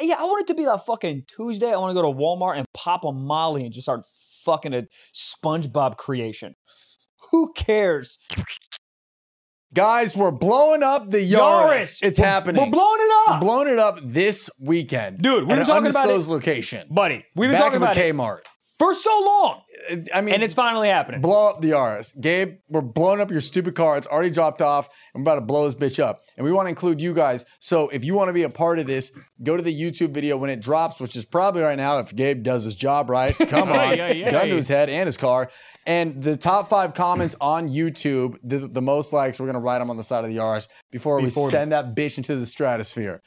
yeah, I want it to be like fucking Tuesday. I want to go to Walmart and pop a Molly and just start fucking a SpongeBob creation. Who cares? Guys, we're blowing up the Yaris. Yaris. It's happening. We're blowing it We're up, blowing it up this weekend. Dude, we've At been an talking about it- undisclosed location. buddy. We've been Back talking of a about it Kmart. for so long, I mean, and it's finally happening. blow up the Yaris. Gabe, we're blowing up your stupid car. It's already dropped off. I'm about to blow this bitch up. And we want to include you guys. So if you want to be a part of this, go to the YouTube video when it drops, which is probably right now if Gabe does his job right. Come on. Yeah, yeah, Gun to yeah. his head and his car. And the top five comments on YouTube, the, the most likes, we're going to write them on the side of the Yaris before, we Before- send that bitch into the stratosphere.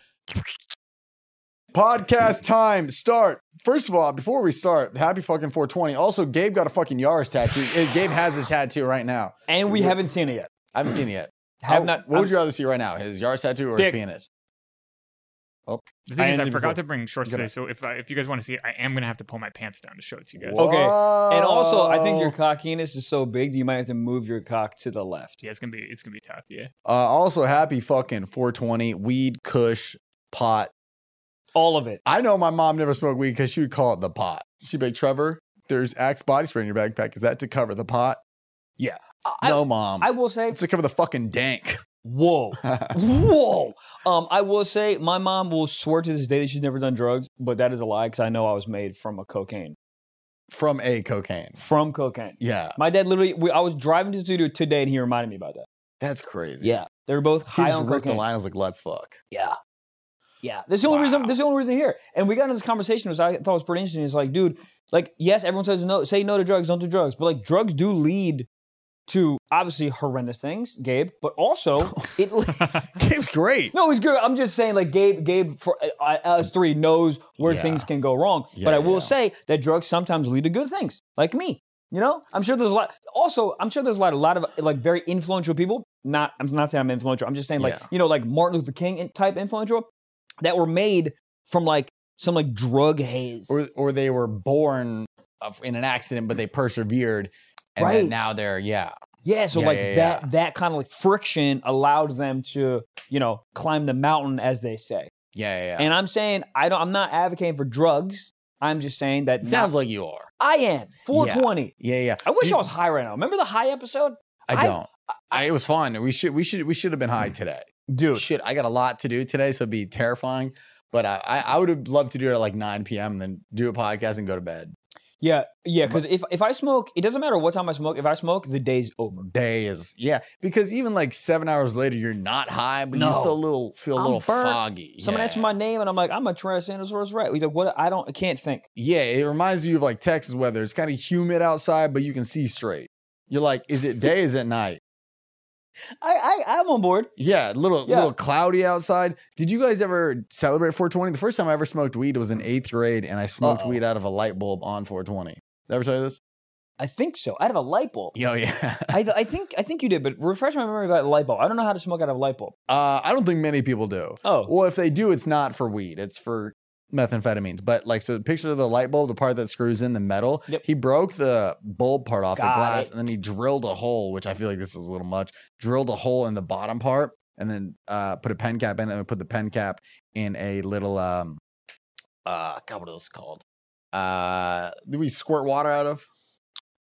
Podcast time. Start. First of all, before we start, happy fucking 420. Also, Gabe got a fucking Yaris tattoo. Eh, Gabe has a tattoo right now. and we haven't seen it yet. I haven't seen it yet. Have How- not. Oh, what I'm- would you rather see right now? His Yaris tattoo or his Dick. penis? The thing I is, I ended forgot before. to bring shorts Good today, so if I, if you guys want to see, it, I am gonna have to pull my pants down to show it to you guys. Whoa. Okay. And also, I think your Whoa. cockiness is so big that you might have to move your cock to the left. Yeah, it's gonna be it's gonna be tough. Yeah, Uh, also, happy fucking 420. Weed, Kush, pot. All of it. I know my mom never smoked weed because she would call it the pot. She'd be like, Trevor, there's Axe body spray in your backpack. Is that to cover the pot? I, no, mom. I will say, it's to cover the fucking dank. whoa, whoa. Um, I will say, my mom will swear to this day that she's never done drugs, but that is a lie because I know I was made from a cocaine, From a cocaine. from cocaine. Yeah. My dad literally, we, I was driving to the studio today, and he reminded me about that. That's crazy. Yeah, they were both He high just on ripped the cocaine. line. I was like, let's fuck. Yeah. Yeah. That's the only reason Wow. that's the only reason here. And we got into this conversation which I thought was pretty interesting. It's like, dude, like, yes, everyone says no, say no to drugs, don't do drugs. But like drugs do lead to obviously horrendous things, Gabe, but also it Gabe's great. No, it's good. I'm just saying, like Gabe, Gabe for uh, us three knows where Yeah. things can go wrong. Yeah, but I will yeah. say that drugs sometimes lead to good things, like me. You know, I'm sure there's a lot. Also, I'm sure there's a lot, a lot of like very influential people. Not, I'm not saying I'm influential. I'm just saying like Yeah. you know, like Martin Luther King in- type influential that were made from like some like drug haze. Or, or they were born of- in an accident, but they persevered. And then Right. now they're, yeah. yeah, so yeah, like yeah, that that kind of like friction allowed them to you know climb the mountain, as they say. Yeah, yeah, yeah. And I'm saying I don't. I'm not advocating for drugs. I'm just saying that it not- sounds like you are. I am. 420. Yeah, yeah. I wish Do- I was high right now. Remember the high episode? I I- don't. I, it was fun. We should we should we should have been high today. Dude. Shit, I got a lot to do today, so it'd be terrifying. But I, I, I would have loved to do it at like 9 p.m. and then do a podcast and go to bed. Yeah, yeah, because if, if I smoke, it doesn't matter what time I smoke. If I smoke, the day's over. Day is yeah, because even like seven hours later, you're not high, but you No. still a little feel a I'm little burnt. foggy. Someone asked Yeah. me my name and I'm like, I'm a Tyrannosaurus Rex. He's like, what? I don't, I can't think. Yeah, it reminds you of like Texas weather. It's kind of humid outside, but you can see straight. You're like, is it day? is it night? I, I, I'm on board. Yeah, a little Yeah. little cloudy outside. Did you guys ever celebrate 420? The first time I ever smoked weed was in eighth grade, and I smoked Uh-oh. weed out of a light bulb on 420. Did I ever tell you this? I think so. Out of a light bulb. Yo, yeah. I, I think, I think you did, but refresh my memory about a light bulb. I don't know how to smoke out of a light bulb. Uh, I don't think many people do. Oh, Well, if they do, it's not for weed. It's for methamphetamines. But like, so the picture of the light bulb, the part that screws in the metal, Yep. he broke the bulb part off the Got glass, it. and then he drilled a hole, which I feel like this is a little much. Drilled a hole in the bottom part, and then uh, put a pen cap in, it, and then put the pen cap in a little um, uh, God, what are those called? Uh, do we squirt water out of?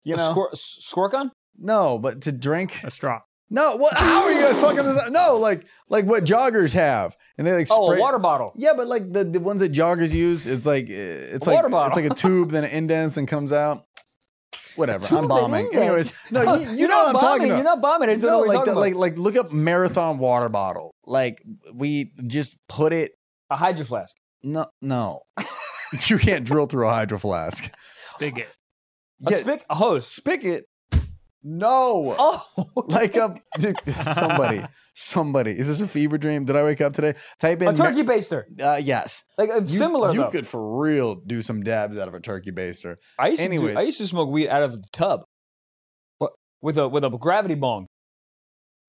You a know, squir- s- squirt gun? no, but to drink. a straw. No, what? How are you guys fucking this up? No, like like what joggers have, and they like Oh, spray. a water bottle. Yeah, but like the, the ones that joggers use, it's like uh, it's A like water bottle. it's like a tube, then it indents and comes out. Whatever, Tube I'm and bombing. indents. Anyways, no, you, you You're know what I'm not talking bombing. about. You're not bombing. It's no, no, like like, the, like like look up marathon water bottle. Like we just put it. a hydro flask. No, no, you can't drill through a hydro flask. Spigot. A Yeah, spic, a hose. spigot. No. Oh, like a dude, somebody, somebody. Is this a fever dream? Did I wake up today? Type in a turkey baster. Uh, yes, Like uh, You- similar You though. could for real do some dabs out of a turkey baster. I used to anyways. do, I used to smoke weed out of the tub. What? With a with a gravity bong.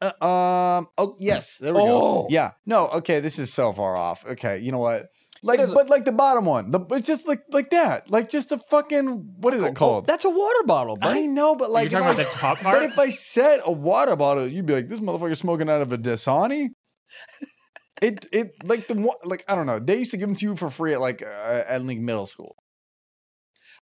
Uh, um. Oh yes, there we go. Oh. Yeah. No. Okay. This is so far off. Okay. You know what? Like, is- but like the bottom one. The it's just like like that. Like just a fucking what is Oh, it called? that's a water bottle, I buddy. know, but like You're talking if about I- the top But part. if I said a water bottle, you'd be like, "This motherfucker smoking out of a Dasani." It it like the one like I don't know. They used to give them to you for free at like uh, at like middle school.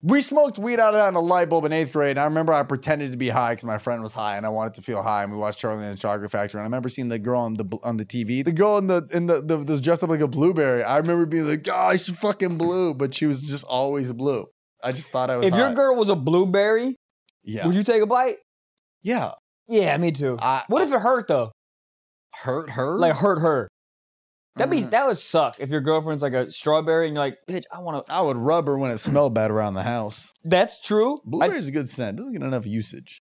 We smoked weed out of that in a light bulb in eighth grade, and I remember I pretended to be high because my friend was high, and I wanted to feel high. And we watched Charlie and the Chocolate Factory, and I remember seeing the girl on the bl- on the TV, the girl in the in the, the, that was dressed up like a blueberry. I remember being like, "Oh, she's fucking blue," but she was just always blue. I just thought I was. If your high. girl was a blueberry, yeah, would you take a bite? yeah, Yeah, me too. I, what if it hurt though? hurt her? Like hurt her. That'd be Uh, that would suck if your girlfriend's like a strawberry and you're like, bitch, I want to. I would rub her when it smelled bad around the house. That's true. I- Blueberry's a good scent. Doesn't get enough usage.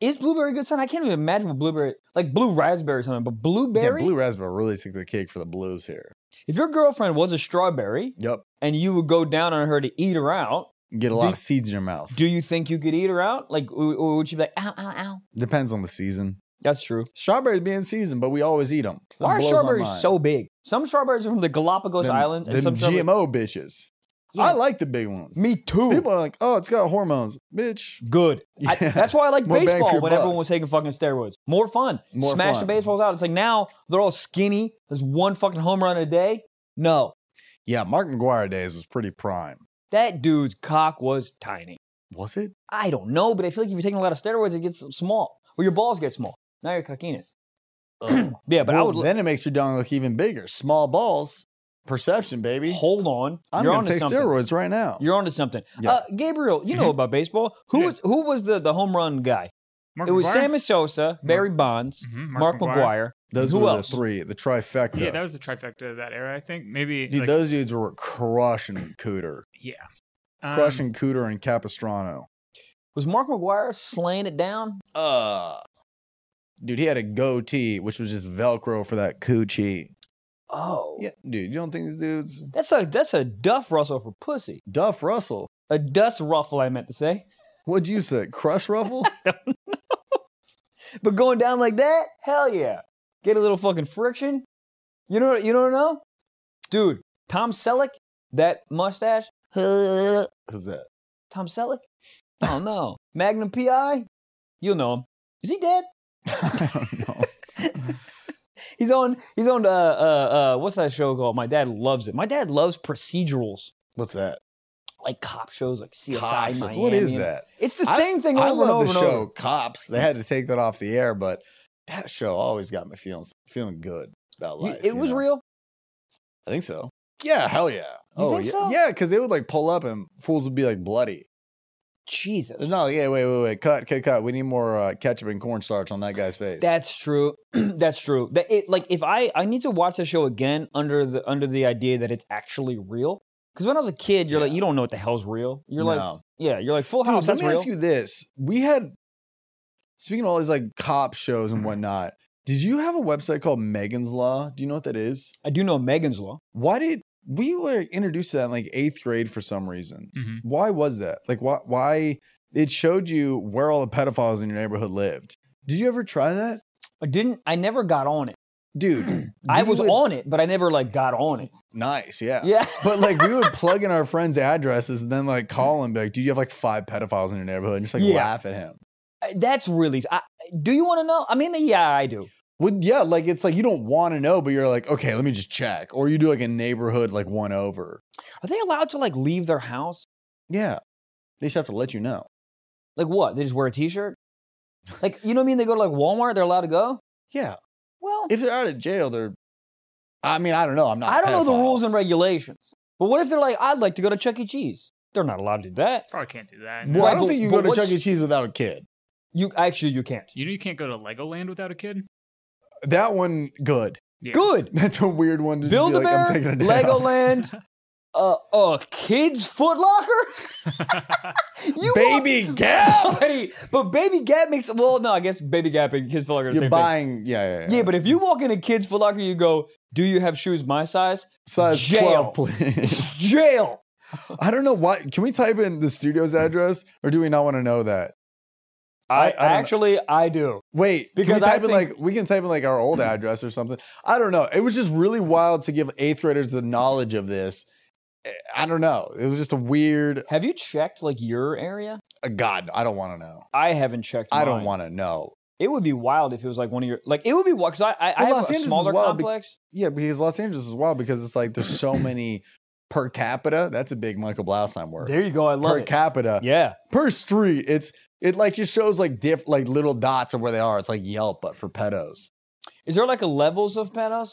is blueberry good son? I can't even imagine what blueberry like blue raspberry or something, but blueberry. Yeah, blue raspberry really took the cake for the blues here. if your girlfriend was a strawberry Yep. and you would go down on her to eat her out, Get a lot Do- of seeds in your mouth. do you think you could eat her out? Like, w- w- would she be like, ow, ow, ow? Depends on the season. That's true. Strawberries be in season, but we always eat them. Why are strawberries so big? Some strawberries are from the Galapagos Islands, and some strawberries- GMO bitches. Yeah, I like the big ones. me too. People are like, oh, it's got hormones. Bitch. Good. I, Yeah. that's why I like More bang for baseball your when buck. everyone was taking fucking steroids. More fun. More Smash the fun. baseballs out. It's like now they're all skinny. There's one fucking home run a day. No, Yeah, Mark McGuire days was pretty prime. that dude's cock was tiny. Was it? I don't know, but I feel like if you're taking a lot of steroids, it gets small. Or your balls get small. Now you're cockiness. Ugh. Yeah, but Well, I would then it makes your dong look even bigger. Small balls. Perception, baby. hold on. I'm you're going on to take something. steroids right now. You're onto something. Yeah. Uh, Gabriel, you know Mhm. about baseball. Who Yeah. was who was the, the home run guy? Mark it was McGwire? Sammy Sosa, Barry Bonds, Mhm, Mark, McGuire. Those Who were else? the three, the trifecta. Yeah, that was the trifecta of that era. I think maybe. Dude, like, those dudes were crushing Cooter, yeah, Um, crushing Cooter and Capistrano. Was Mark McGuire slaying it down? Uh, dude, he had a goatee, which was just Velcro for that coochie. Oh. Yeah, dude, you don't think these dudes That's a that's a Duff Russell for pussy. Duff Russell? A dust ruffle, I meant to say. What'd you say, Crush Ruffle? But going down like that, hell yeah. Get a little fucking friction. You know you don't know? Dude, Tom Selleck, that mustache. Tom Who's that? Selleck? Oh no. Magnum PI? You'll know him. Is he dead? I don't know. He's on he's on uh uh uh what's that show called? My dad loves it. My dad loves procedurals. What's that? Like cop shows like CSI Cops. Miami. What is that? It's the same thing over I and love over the and show over. Cops. They had to take that off the air, but that show always got me feeling feeling good about You- life. it you was know? real. I think so. Yeah, hell yeah. oh think yeah, so? yeah, because they would like pull up and fools would be like bloody. Jesus. It's not like, hey, wait, wait, wait, cut, cut, cut. We need more uh, ketchup and cornstarch on that guy's face. That's true. That's true. That it like if I I need to watch the show again under the under the idea that it's actually real. Because when I was a kid, you're like Yeah. you don't know what the hell's real. You're like No. yeah, you're like Full Dude, House. let that's me real. ask you this: We had speaking of all these like cop shows Mm-hmm. and whatnot. Did you have a website called Megan's Law? Do you know what that is? I do know Megan's Law. Why did we were introduced to that in like eighth grade for some reason? mhm. Why was that? Like, why? Why it showed you where all the pedophiles in your neighborhood lived? Did you ever try that, I didn't. I never got on it. dude? I we was would- on it, but I never like got on it. nice, yeah. Yeah. But like we would plug in our friends' addresses and then like call him like, "Do you have like five pedophiles in your neighborhood?" And just like Yeah. laugh at him. That's really. I, do you want to know? I mean, yeah, I do. Well, yeah, like it's like you don't want to know, but you're like, okay, let me just check. Or you do like a neighborhood like one over. Are they allowed to like leave their house? Yeah, they should have to let you know. Like what? They just wear a T-shirt. Like you know what I mean? They go to like Walmart. They're allowed to go. Yeah, Well, if they're out of jail, they're. I mean, I don't know. I'm not. a I don't know the pedophile. rules and regulations. But what if they're like, I'd like to go to Chuck E. Cheese? They're not allowed to do that. Probably can't do that. Well, Right, I don't but- think you but go to Chuck what's- E. Cheese without a kid. You actually you can't. You know, you can't go to Legoland without a kid. That one, good. Yeah. Good. That's a weird one to just Build be a like, I'm taking bear, a day off. Legoland, uh, a kids Foot Locker. You are- Baby Gap. Already- but Baby Gap makes well, no, I guess Baby Gap and Kids Foot Locker are the You're same buying, yeah, yeah, thing. Yeah, but if you walk into Kids Foot Locker, you go, "Do you have shoes my size?" size jail. twelve, please. Jail. I don't know why. Can we type in the studio's address, or do we not want to know that? I, I- I don't know. actually I do. Wait, because Because can we I type in think- like we can type in like our old address or something. I don't know. It was just really wild to give eighth graders the knowledge of this. Eh, I don't know. It was just a weird. Have you checked like your area? uh, God, I don't want to know. I haven't checked. I don't mine. want to know. It would be wild if it was like one of your like it would be wild because I I, I Well, have Los a Angeles is smaller wild be- complex. Yeah, because Los Angeles as well, because it's like there's so many per capita. That's a big Michael Blaustein word. there you go. I love per it. capita, yeah, per street. It's it like just shows like diff like little dots of where they are. It's like Yelp, but for pedos. is there like a levels of pedos?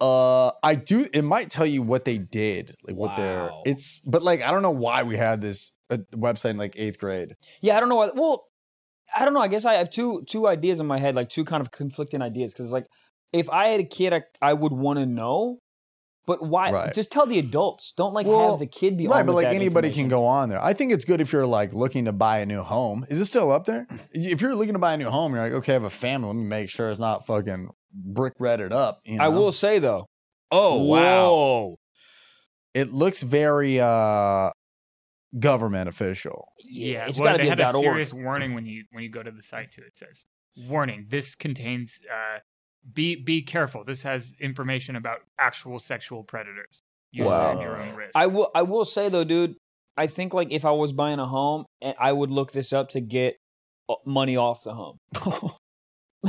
Uh, I do. It might tell you what they did, like what they're. Wow. It's but like I don't know why we had this uh, website in like eighth grade. Yeah, I don't know why. Well, I don't know. I guess I have two two ideas in my head, like two kind of conflicting ideas. Because like, if I had a kid, I, I would want to know, but why? Right. Just tell the adults. Don't like Well, have the kid be right, armed but with like that anybody can information. go on there. I think it's good if you're like looking to buy a new home. Is it still up there? If you're looking to buy a new home, you're like, okay, I have a family. Let me make sure it's not fucking brick redded up. You know? I will say though. Oh wow! Whoa. It looks very uh government official. Yeah, it's well, got to they be had about a org. serious warning when you when you go to the site too. It says, "Warning: This contains uh, be be careful. This has information about actual sexual predators. Use it at your Wow. own risk." I will. I will say though, dude. I think like if I was buying a home, eh, I would look this up to get uh, money off the home.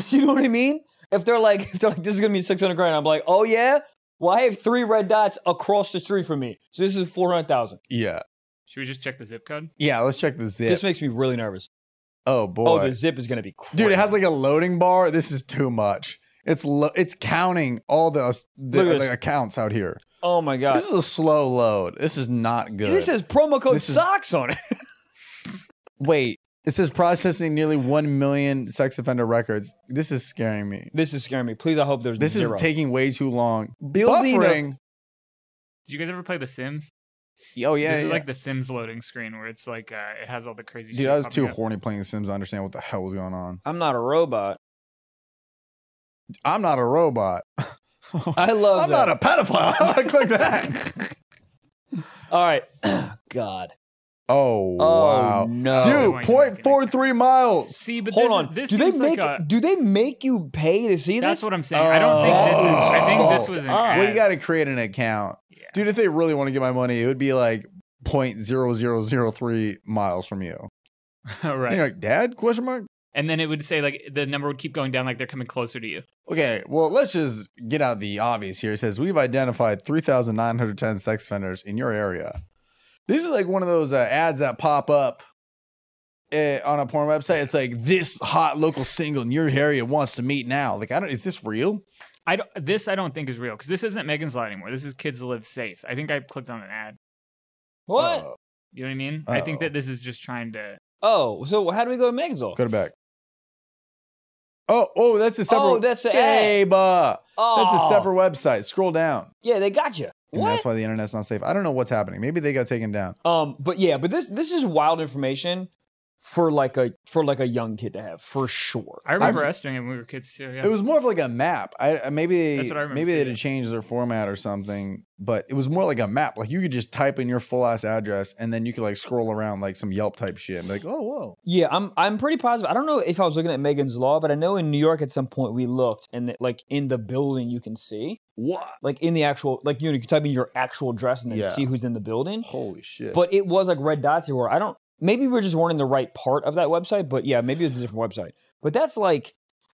you know what I mean? If they're like, if they're like, this is gonna be six hundred grand, I'm like, oh yeah. Well, I have three red dots across the street from me, so this is four hundred thousand. yeah, Should we just check the zip code? yeah. Let's check the zip. This makes me really nervous. oh Oh, boy, the zip is gonna be crazy. dude, it has like a loading bar. This is too much. It's lo- it's counting all the, uh, the, Look at the this. accounts out here. oh my god, This is a slow load. This is not good. this has promo code This is- socks on it. Wait, it says processing nearly 1 million sex offender records. This is scaring me. This is scaring me. Please, I hope there's This zero. is taking way too long. Building a- Buffering. Did you guys ever play The Sims? Oh, yeah. this is yeah. like the Sims loading screen where it's like uh, it has all the crazy. Dude, shit I was popping too up. horny playing The Sims to understand what the hell was going on. I'm not a robot. I'm not a robot. I love I'm that. not a pedophile. How do I click that? All right, God. Oh Oh, wow. no, I Dude, know I can- 0.43 miles. See, but Hold this, on. This do they seems like make a- do they make you pay to see that's this? what I'm saying. I don't think this is. I think this was an Oh, ad. We got to create an account. Yeah. Dude, if they really want to get my money, it would be like 0.0003 miles from you. right. And you're like, Dad? Question mark. And then it would say like the number would keep going down, like they're coming closer to you. Okay, well, let's just get out the obvious here. It says we've identified 3,910 sex offenders in your area. This is like one of those uh, ads that pop up eh, on a porn website. It's like this hot local single in your area wants to meet now. Like, I don't. Is this real? I don't, this I don't think is real because this isn't Megan's Law anymore. This is Kids Live Safe. I think I clicked on an ad. What? Uh, You know what I mean? I think Uh-oh. that this is just trying to. oh, so how do we go to Megan's? go to back. Oh, oh, that's a separate. Oh, that's a ad. Gabe, uh, Oh, That's a separate website. Scroll down. Yeah, they got you. And What? that's why the internet's not safe. I don't know what's happening. Maybe they got taken down. Um, but yeah, but this this is wild information for like a for like a young kid to have for sure. I remember us doing it when we were kids too. Yeah. It was more of like a map. I I- maybe That's what I remember maybe too, they'd yeah. changed their format or something, but it was more like a map. Like you could just type in your full ass address and then you could like scroll around like some Yelp type shit and be like, oh whoa. Yeah, I'm I'm pretty positive. I don't know if I was looking at Megan's Law, but I know in New York at some point we looked and that, like in the building you can see What? like in the actual like you know you can type in your actual address and then Yeah. see who's in the building. Holy shit. But it was like red dots everywhere. I don't. Maybe we just weren't in the right part of that website. But yeah, maybe it was a different website. But that's like,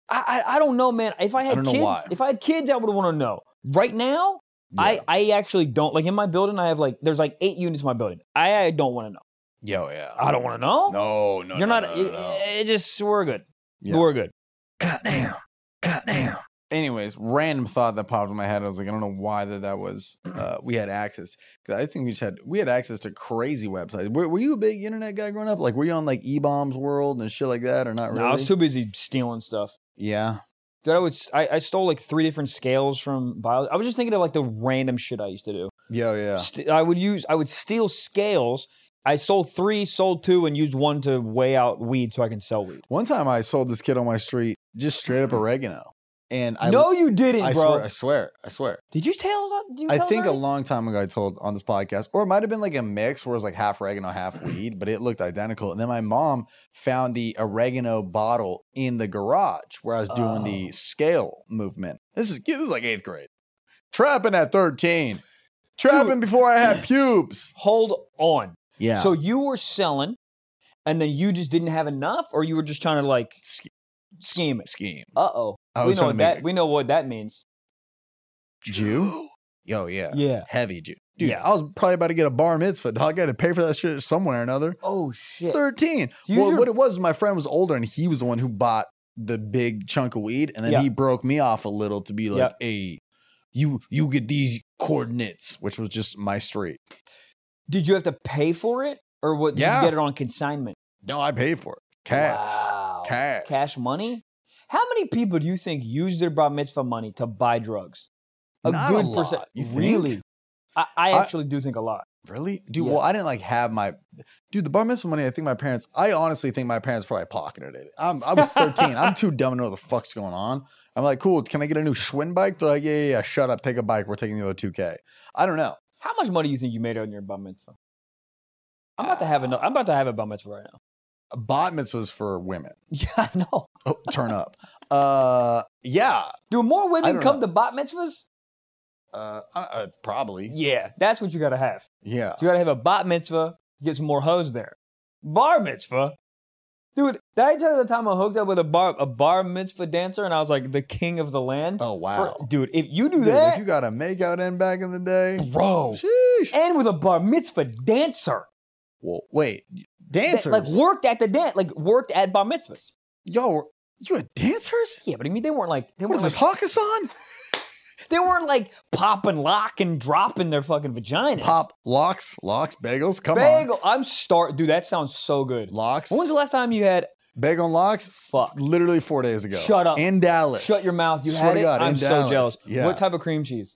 I I, I don't know, man. If I had don't know kids, why. if I had kids, I would want to know. Right now, I Yeah. I actually don't like in my building. I have like there's like eight units in my building. I, I don't want to know. Yo, yeah. I don't want to know. No, no. Oh. You're no, not. no, no, no. It, it just we're good. Yeah. We're good. Goddamn. Goddamn. Anyways, random thought that popped in my head. I was like, I don't know why that that was. Uh, we had access. 'Cause I think we just had we had access to crazy websites. Were, were you a big internet guy growing up? Like, were you on like E Bombs World and shit like that, or not really? No, I was too busy stealing stuff. yeah. Dude, I was I, I stole like three different scales from bio. I was just thinking of like the random shit I used to do. Yeah. Yeah. St- I would use I would steal scales. I sold three, sold two, and used one to weigh out weed so I can sell weed. One time, I sold this kid on my street just straight up oregano, and I no, you didn't, I bro. swear, I swear, I swear. Did you tell? that- Did you I tell think a Ernie? long time ago I told on this podcast, or it might have been like a mix where it was like half oregano, half weed, but it looked identical. And then my mom found the oregano bottle in the garage where I was doing the Oh. scale movement. This is this is like eighth grade. Trapping at 13. Trapping before I had pubes. Hold on. Yeah. So you were selling, and then you just didn't have enough, or you were just trying to like S- Scheming. scheme. Uh oh. I We was know trying what to make that. We know what that means. Jew? Yo, yeah. Yeah. Heavy Jew. Dude, Yeah. I was probably about to get a bar mitzvah, dog. I had to pay for that shit somewhere or another. Oh shit. 13. Use well, your- what it was, my friend was older and he was the one who bought the big chunk of weed. And then Yeah. he broke me off a little to be like, Yep. hey, you you get these coordinates, which was just my street. Did you have to pay for it, or what? Did Yeah. you get it on consignment? No, I paid for it. Cash. Wow. Cash. Cash money. How many people do you think use their bar mitzvah money to buy drugs? Not a lot, you think? Really? I, I I- actually do think a lot. Really? Dude, Yeah. well, I didn't like have my dude, the bar mitzvah money. I think my parents, I honestly think my parents probably pocketed it. I'm, I was 13. I'm too dumb to know what the fuck's going on. I'm like, cool, can I get a new Schwinn bike? They're like, yeah, yeah, yeah, shut up, take a bike. We're taking the other 2K. I don't know. How much money do you think you made on your bar mitzvah? I'm about to have a, I'm about to have a bar mitzvah right now. Bat mitzvahs for women. Yeah, I know. Oh, turn up. Uh, yeah, Do more women don't come know. to bat mitzvahs? uh, uh, uh, probably. Yeah, that's what you gotta have. Yeah. You gotta have a bat mitzvah, get some more hoes there. Bar mitzvah? Dude, did I tell you the time I hooked up with a bar a bar mitzvah dancer and I was like the king of the land? Oh wow. For- dude, if you do Dude, that, if you got a makeout in back in the day, bro, sheesh. and with a bar mitzvah dancer, Well, wait, that, dancers. like worked at the dance, like worked at bar mitzvahs. Yo, you had dancers? Yeah, but I mean they weren't like they What weren't is like, this, Hakkasan? they weren't like popping lock and dropping their fucking vaginas. Pop locks, locks, bagels. Come on, bagel. I'm start, dude. That sounds so good. locks, When's the last time you had bagel and locks. fuck? Literally four days ago. Shut up. In Dallas. Shut your mouth. You Swear had to it. God, in I'm so Dallas. jealous. Yeah. What type of cream cheese?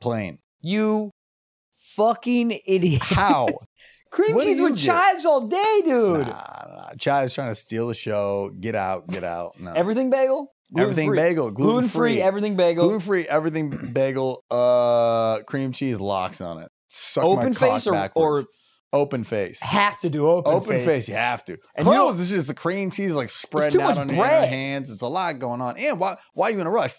plane. You fucking idiot. How? cream What do cheese with you get? chives all day, nah, dude. nah, nah. Chive's trying to steal the show. Get out. Get out. No. Everything bagel. everything Gluten-free. bagel. Gluten Gluten-free, free. everything bagel. Gluten free. Everything bagel. Uh, cream cheese locks on it. Suck open my cock face or, or backwards. open face. have to do open, Open face. you have to. And you know- Close, it's just the cream cheese like too spreading out much on your bread. hands. It's a lot going on. And why why you in a rush?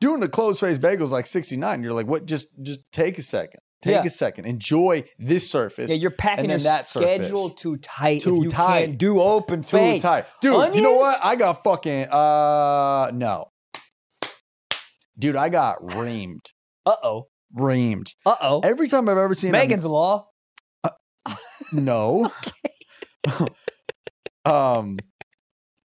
Doing the closed face bagels like 69, you're like, what? Just just take a second. Take Yeah. a second. Enjoy this surface. Yeah, you're packing and your then that surface. schedule too tight. Too if you tight. can't do open Too face. tight. Dude, you know Onions? what? I got fucking uh no. Dude, I got reamed. Uh oh. reamed. Uh oh. Every time I've ever seen a Megan's law. No. um,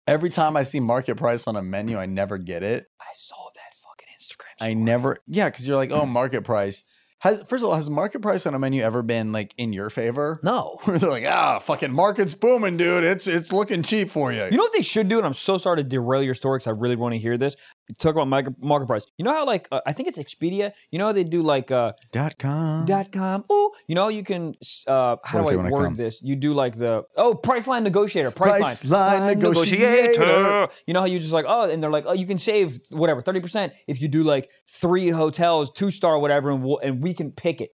every time I see market price on a menu, I never get it. I saw that fucking Instagram. I story. never, yeah, because you're like, oh, market price. Has first of all, has market price on a menu ever been like in your favor? No. Where they're like, ah, fucking market's booming, dude. It's it's looking cheap for you. You know what they should do, and I'm so sorry to derail your story because I really want to hear this. Talk about market, market price. You know how like uh, I think it's Expedia. You know how they do like uh, dot com. dot com. Oh, you know you can. s- Uh, how What is it do I when I word come? this? You do like the oh price line negotiator. Price, Price line, line negotiator. You know how you just like oh, and they're like oh, you can save whatever thirty percent if you do like three hotels, two star, whatever, and we'll, and we can pick it.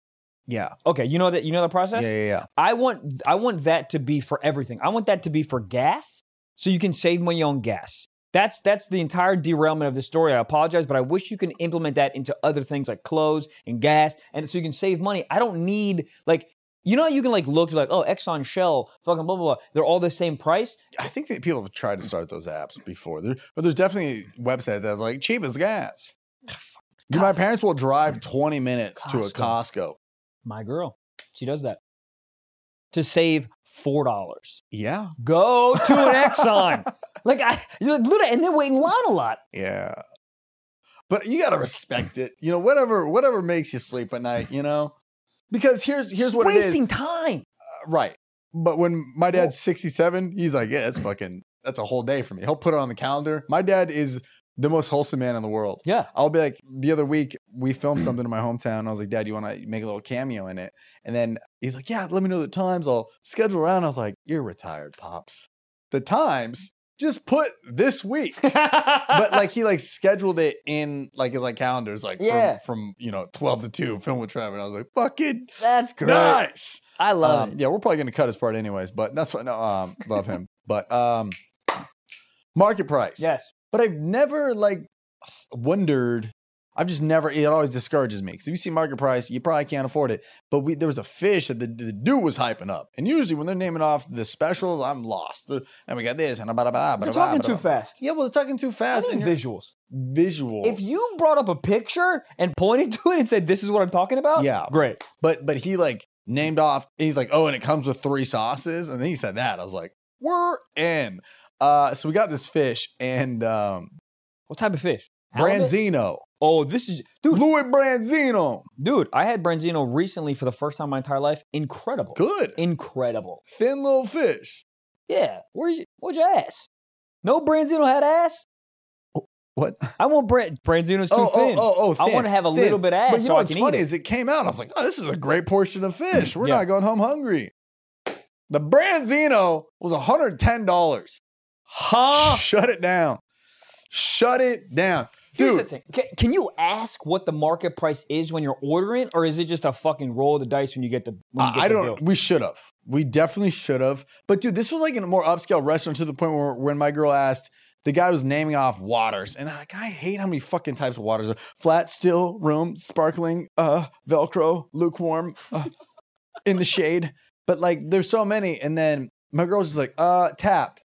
yeah, Okay, you know that you know the yeah, process. yeah, yeah. I want I want that to be for everything. I want that to be for gas, so you can save money on gas. That's that's the entire derailment of this story. I apologize, but I wish you can implement that into other things like clothes and gas, and so you can save money. I don't need like you know how you can like look like oh Exxon Shell fucking blah blah blah. They're all the same price. I think that people have tried to start those apps before, there, but there's definitely websites that's like cheap as gas. Ah, Dude, my parents will drive 20 minutes to a Costco. My girl, she does that to save four dollars. Yeah, Go to an Exxon. Like I, you're like, literally, and they wait in line a lot. yeah. But you gotta respect it. You know, whatever whatever makes you sleep at night. You know, because here's here's what it is. wasting Oh. time. Uh, right. But when my dad's 67, he's like, yeah, that's fucking that's a whole day for me. He'll put it on the calendar. My dad is the most wholesome man in the world. Yeah. I'll be like, the other week we filmed something in my hometown. I was like, Dad, you want to make a little cameo in it? And then he's like, Yeah, let me know the times. I'll schedule around. I was like, You're retired, pops. The times just put this week. but like he like scheduled it in like his like calendars like from- Yeah. from, you know 12 to 2 film with Trevor and I was like fucking That's great. nice I love um, it. yeah we're probably gonna cut his part anyways but that's fine. no um love him but um market price Yes. but I've never like wondered I've just never. It always discourages me because if you see market price, you probably can't afford it. But we there was a fish that the, the dude was hyping up, and usually when they're naming off the specials, I'm lost. The- And we got this and blah blah blah. blah, They're blah, talking blah, too blah. fast. Yeah, well, they're talking too I fast. need And your visuals. visuals. If you brought up a picture and pointed to it and said, "This is what I'm talking about," Yeah. great. but but he like named off he's like oh and it comes with three sauces and then he said that i was like we're in uh so we got this fish and um What type of fish? Halibut? branzino Oh, this is dude, louis branzino dude. I had branzino recently for the first time in my entire life. Incredible, good incredible. thin little fish Yeah, where you, what's your ass? No branzino had ass. Oh, what I want brand branzino's too oh, oh thin. oh oh I want to have a little bit of ass but you so know I what's can funny eat it. Mm, is it came out i was like oh this is a great portion of fish we're Yeah. not going home hungry the branzino was 110 dollars Huh? shut it down shut it down Here's the dude thing. Can, can you ask what the market price is when you're ordering, or is it just a fucking roll of the dice when you get the? When you I get I the don't. bill? We should have. We definitely should have. But dude, this was like in a more upscale restaurant to the point where when my girl asked, the guy was naming off waters, and I, like, I hate how many fucking types of waters: are. flat, still, room, sparkling, uh, Velcro, lukewarm, uh, in the shade. But like, there's so many. And then my girl's just like, uh, tap,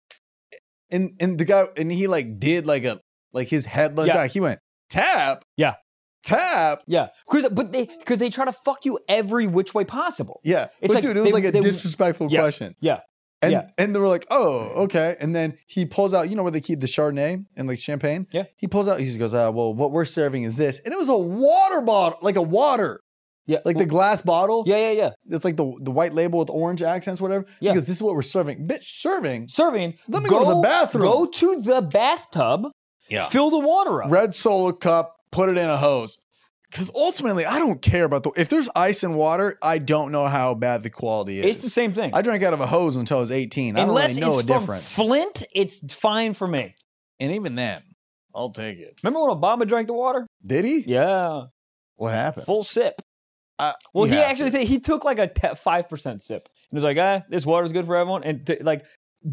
and and the guy and he like did like a like his head looked Yeah. back. He went tap. Yeah. Tap. Yeah, because but they because they try to fuck you every which way possible. Yeah. It's but like dude, it was they- like a they- disrespectful Yes. question. Yeah, And Yeah. and they were like, oh, okay. And then he pulls out, you know where they keep the Chardonnay and like champagne? Yeah. He pulls out, he just goes, uh, well, what we're serving is this. And it was a water bottle, like a water, yeah, like the glass bottle. yeah, yeah, yeah. It's like the, the white label with orange accents, whatever. Yeah. Because this is what we're serving. Bitch, serving. Serving. Let me go to the bathroom. Go to the bathtub. Yeah. Fill the water up. Red Solo cup, put it in a hose. Because ultimately, I don't care about the. If there's ice and water, I don't know how bad the quality it's the is. same thing. I drank out of a hose until I was 18. I don't Unless really know a it's from difference. Flint, it's fine for me. and even then, I'll take it. Remember when Obama drank the water? Did he? Yeah, What happened? full sip. Uh, Well, you he have actually to. said he took like a five percent sip and was like, "Ah, this water's good for everyone," and t- like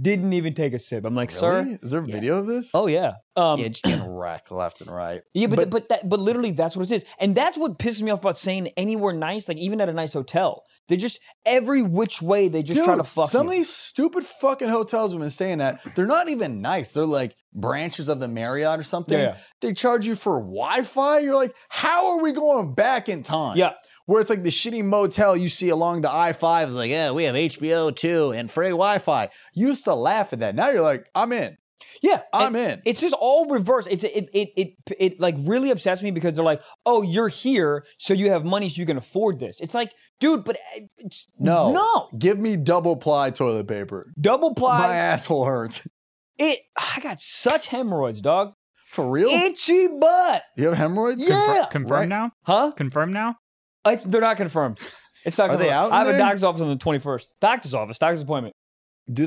didn't even take a sip. I'm like, Really? "Sir, Is there a Yeah. video of this? oh yeah, um, yeah, just getting wrecked left and right. Yeah, but but, that but literally that's what it is, and that's what pisses me off about saying anywhere nice, like even at a nice hotel, they just every which way they just dude, try to fuck some you. of these stupid fucking hotels we've been staying at, they're not even nice. They're like branches of the Marriott or something. Yeah. They charge you for Wi-Fi. You're like, how are we going back in time? yeah, Where it's like the shitty motel you see along the I-5 is like, yeah, we have HBO too and free Wi-Fi. You used to laugh at that. Now you're like, I'm in. yeah, I'm and in. It's just all reverse. It's it it it it like really upsets me because they're like, oh, you're here, so you have money, so you can afford this. It's like, dude, but uh, it's, No. no, Give me double ply toilet paper. double My ply. asshole hurts. It, I got such hemorrhoids, dog. For real? Itchy butt, You have hemorrhoids? Yeah. Confirm Right. now? huh? Confirm now? It's, they're not confirmed. It's not Are they confirmed. out in I have a there? doctor's office on the twenty first. Doctor's office, doctor's appointment. Do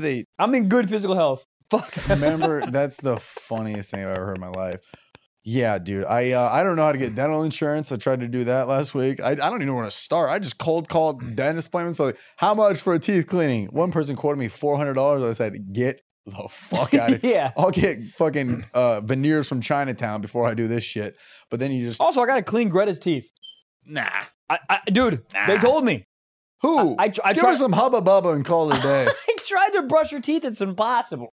they I'm in good physical health. Fuck. remember? that's the funniest thing I've ever heard in my life. Yeah, dude. I uh, I don't know how to get dental insurance. I tried to do that last week. I, I don't even know where to start. I just cold Mm. called dentist appointments. Like, how much for a teeth cleaning? One person quoted me four hundred dollars. I said, get the fuck out of here. yeah. I'll get fucking uh, veneers from Chinatown before I do this shit. But then you just Also, I gotta clean Greta's teeth. nah. I, I dude, they told me. Who? I, tr- I, Give try- her some hubba bubba and call it a day. I tried to brush her teeth. It's impossible.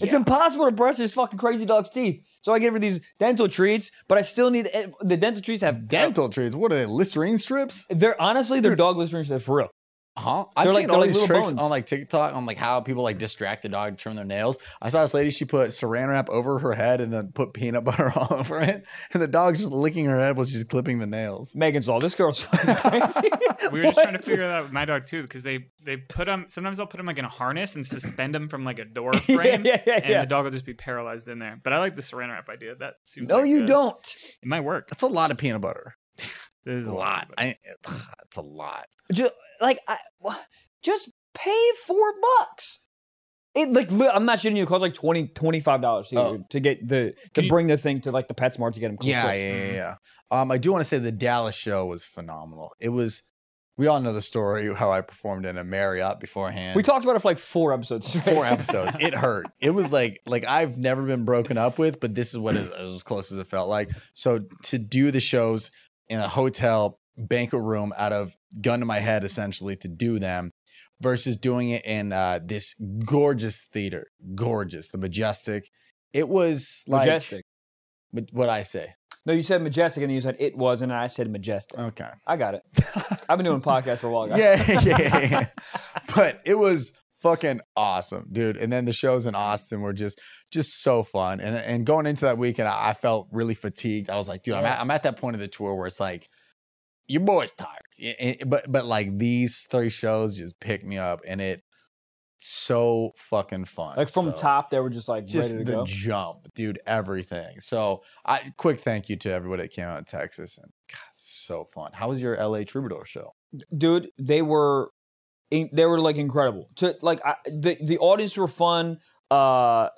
It's Yeah. impossible to brush this fucking crazy dog's teeth. So I give her these dental treats, but I still need eh, the dental treats have dental treats. What are they? Listerine strips? They're honestly they're dog listerine treats for real. Huh? Uh-huh. I've They're like- seen they're all like these little tricks bones. on like TikTok on like how people like distract the dog to trim their nails. I saw this lady, she put saran wrap over her head and then put peanut butter all over it. And the dog's just licking her head while she's clipping the nails. Megan's law. This girl's fucking crazy. We were just trying to What? figure that out with my dog too, because they they put them. Sometimes they'll put them like in a harness and suspend them from like a door frame, yeah, yeah, and yeah. the dog will just be paralyzed in there. But I like the saran wrap idea. That seems No, like uh, you a- don't. It might work. That's a lot of peanut butter. There's A lot. I, it's a lot. Just, like I, wha- just pay four bucks. It like li- I'm not shitting you. It costs like 20 dollars to, Oh. to get the to Can you- bring the thing to like the PetSmart to get them. Mm-hmm. Yeah, yeah, yeah, yeah. Um, I do want to say the Dallas show was phenomenal. It was We all know the story how I performed in a Marriott beforehand. We talked about it for like four episodes. straight. four episodes. It hurt. It was like like I've never been broken up with, but this is what it, it was as close as it felt like. So to do the shows in a hotel banquet room out of gun to my head, essentially to do them, versus doing it in uh, this gorgeous theater, gorgeous, the majestic. It was like majestic. what I say. No, you said majestic, and then you said it was, and I said majestic. Okay. I got it. I've been doing podcasts for a while, guys. Oh. yeah, yeah, yeah, yeah. But it was fucking awesome, dude. And then the shows in Austin were just just so fun. And and going into that weekend, I, I felt really fatigued. I was like, dude, I'm, at, I'm at that point of the tour where it's like, your boy's tired. Yeah, and- but but like these three shows just picked me up, and it so fucking fun. Like from So- top, they were just like just ready to the go. jump, dude. Everything. So, I quick thank you to everybody that came out in Texas, and God, so fun. How was your LA Troubadour show? dude they were in- they were like incredible to like I, the the audience were fun uh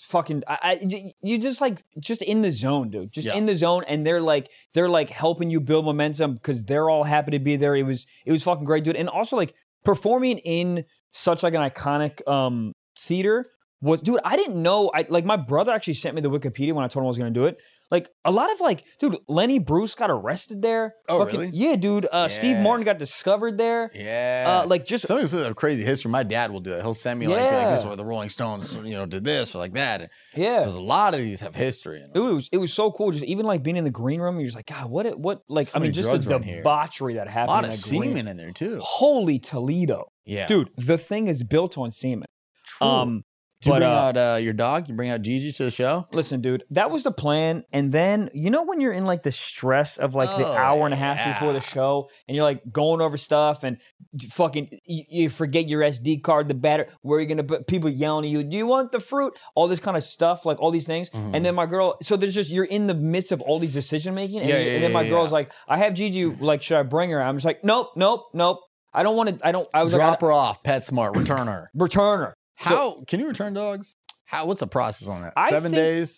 fucking I, I y- you just like just in the zone dude just Yeah. in the zone and they're like they're like helping you build momentum because they're all happy to be there it was it was fucking great dude and also like performing in such like an iconic um theater was dude i didn't know i like my brother actually sent me the wikipedia when i told him i was gonna do it like a lot of like dude lenny bruce got arrested there Oh, really? yeah dude uh steve Yeah. martin got discovered there Yeah. uh like just Some of a crazy history. My dad will do that. He'll send me like, like this Yeah. or the Rolling Stones, you know, did this or like that. And So yeah there's a lot of these have history. In it them. was it was so cool just even like being in the green room you're just like god what it what like So i mean many just the drugs around here. debauchery that A happened lot in of that green- semen in there too. holy toledo Yeah, dude the thing is built on semen True. um Did you but, bring uh, out uh, your dog? You bring out Gigi to the show? listen dude that was the plan and then you know when you're in like the stress of like the Oh, hour and a half before the yeah. show and you're like going over stuff and d- fucking you, you forget your sd card the battery where you're gonna put people yelling at you do you want the fruit all this kind of stuff like all these things Mm-hmm. and then my girl so there's just you're in the midst of all these decision making and, Yeah, you- yeah, and then yeah, my yeah, Mm-hmm. girl's yeah. like i have gigi like should i bring her i'm just like nope nope nope i don't want to i don't i was like Drop I- her off, PetSmart, return her. return her How can you return dogs? How? What's the process on that? I Seven think- days.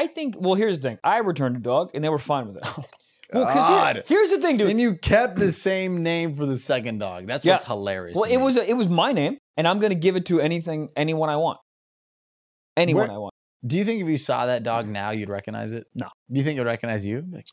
i think well here's the thing i returned a dog and they were fine with it well 'cause here- God. here's the thing dude And you kept the same name for the second dog. That's Yeah. what's hilarious. Well, to it me. was it was my name, and I'm gonna give it to anything anyone I want. Anyone Where- I want. Do you think if you saw that dog now, you'd recognize it? No. Do you think it would recognize you? Like,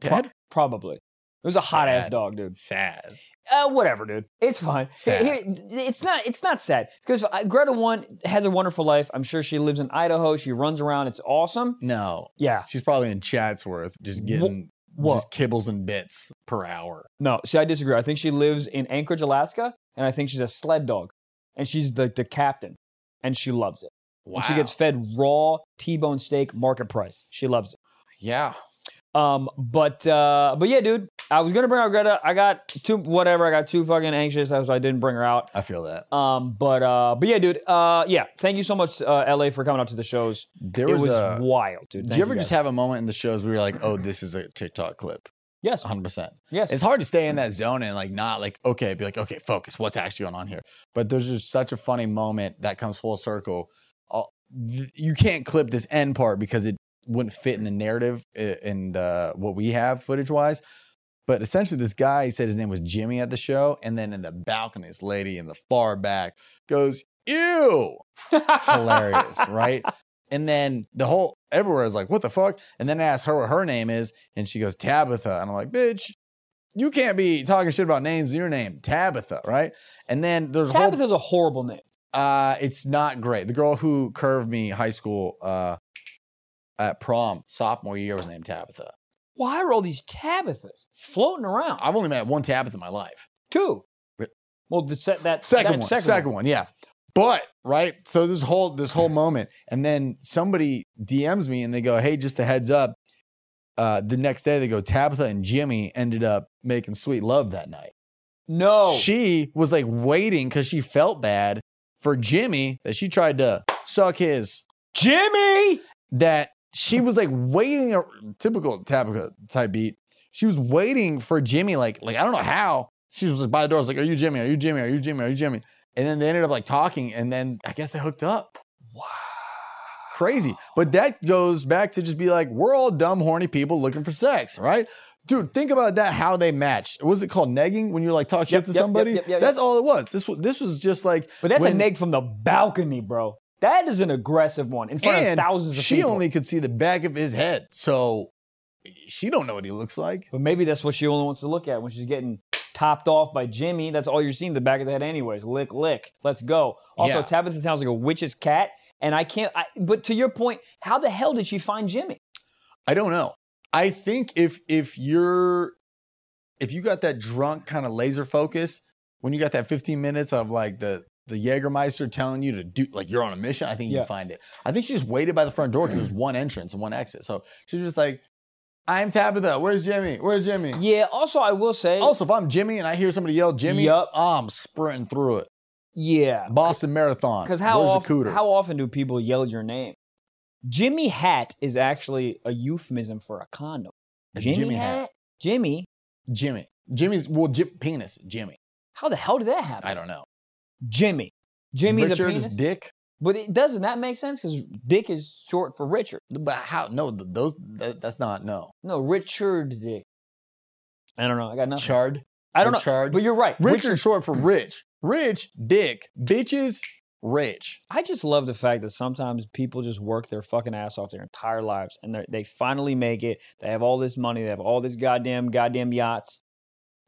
Pro- Dad? Probably. It was a hot ass Sad. dog, dude. Sad. Uh, whatever, dude. It's fine. Sad. Here- it's not. It's not sad because Greta one has a wonderful life. I'm sure she lives in Idaho. She runs around. It's awesome. No, Yeah. She's probably in Chatsworth, just Wh- getting What? just kibbles and bits per hour. no. See, I disagree. I think she lives in Anchorage, Alaska, and I think she's a sled dog, and she's the the captain, and she loves it. Wow. And she gets fed raw T-bone steak, market price. She loves it. yeah. Um, but uh, but yeah, dude, I was gonna bring out Greta. I got too whatever. I got too fucking anxious, so I didn't bring her out. I feel that Um, but uh, but yeah, dude. Uh, yeah, thank you so much, uh, LA, for coming out to the shows. there it was, was a. wild, dude. do Thank you ever guys. just have a moment in the shows where you're like, "Oh, this is a TikTok clip," yes, 100. percent yes, It's hard to stay in that zone and like not like okay, be like okay, focus. What's actually going on here? But there's just such a funny moment that comes full circle. Uh, th- You can't clip this end part because it wouldn't fit in the narrative uh, and uh, what we have footage wise. But essentially, this guy he said his name was Jimmy at the show, and then in the balcony, this lady in the far back goes, "Ew!" hilarious, right? And then the whole everywhere is like, what the fuck? And then I asked her what her name is, and she goes, Tabitha. And I'm like, bitch, you can't be talking shit about names with your name, Tabitha, right? And then there's a whole Tabitha's a horrible name. uh it's not great. The girl who curved me high school uh at prom sophomore year was named Tabitha. Why are all these Tabithas floating around? I've only met one Tabitha in my life. Two. But- Well, the set that second that one, second one, yeah. But right, so this whole this whole moment, and then somebody DMs me and they go, "Hey, just a heads up." Uh, the next day they go, Tabitha and Jimmy ended up making sweet love that night. No. Oh. She was like waiting because she felt bad for Jimmy that she tried to suck his Jimmy. that she was like waiting a typical Tabitha type beat. She was waiting for Jimmy, like, like I don't know how. She was like by the door, I was like, Are you Jimmy? Are you Jimmy? Are you Jimmy? Are you Jimmy? And then they ended up like talking, and then I guess they hooked up. Wow. Crazy. But that goes back to just be like, we're all dumb, horny people looking for sex, right? Dude, think about that. How they matched. Was it called negging when you're like talk shit Yep, to yep, yep, somebody? yep, yep, That's all it was. This was this was just like. But that's a when- neg from the balcony, bro. That is an aggressive one in front and of thousands of she people. only could see the back of his head, so she don't know what he looks like. but maybe that's what she only wants to look at when she's getting topped off by Jimmy. That's all you're seeing the back of the head, anyways. Lick, lick. Let's go. Also, Yeah. Tabitha sounds like a witch's cat, and I can't. I, but to your point, how the hell did she find Jimmy? I don't know. I think if if you're if you got that drunk kind of laser focus, when you got that 15 minutes of like the the Jägermeister telling you to do like you're on a mission, I think you Yeah. can find it. I think she just waited by the front door because there's one entrance and one exit. So she's just like, I'm Tabitha. Where's Jimmy? Where's Jimmy? Yeah. Also, I will say. Also, if I'm Jimmy and I hear somebody yell Jimmy, Yup. I'm sprinting through it. yeah. Boston Marathon. Because how Where's the often cooter? how often do people yell your name? Jimmy hat is actually a euphemism for a condom. A Jimmy, Jimmy hat? hat. Jimmy. Jimmy. Jimmy's well, Jim, penis. Jimmy. How the hell did that happen? I don't know. Jimmy. Jimmy's a Richard penis. is dick. but it doesn't that make sense? Because Dick is short for Richard. But how? No, th- those. That, that's not no. No, Richard Dick. I don't know. I got nothing. Chard. I don't know. Richard. But you're right. Richard, short for rich. Rich dick. Bitches rich. I just love the fact that sometimes people just work their fucking ass off their entire lives and they they finally make it. They have all this money. They have all this goddamn goddamn yachts.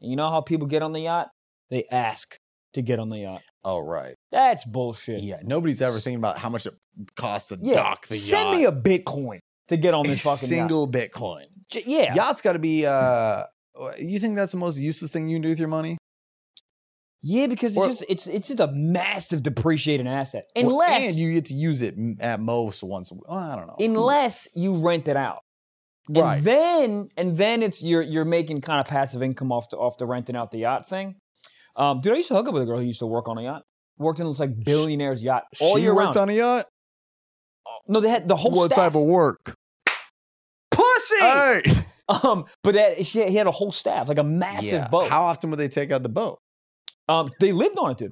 And you know how people get on the yacht? They ask to get on the yacht. Oh right. That's bullshit. Yeah. Nobody's ever thinking about how much it costs to Yeah, dock the Send yacht. me a Bitcoin to get on a this fucking yacht. single Bitcoin. J- yeah. Yacht's got to be. uh You think that's the most useless thing you can do with your money? Yeah, because it's Or- just it's it's just a massive depreciating asset. Well, Unless and you get to use it m- at most once. a w- Well, I don't know. unless you rent it out. And Right. then and then it's you're you're making kind of passive income off the off the renting out the yacht thing. Um, dude, I used to hook up with a girl who used to work on a yacht. Worked in this like billionaire's yacht all she year round. worked on a yacht. no, they had the whole what staff. type of work? pussy. Hey. Um, but that she, he had a whole staff, like a massive Yeah. boat. How often would they take out the boat? um, they lived on it, dude.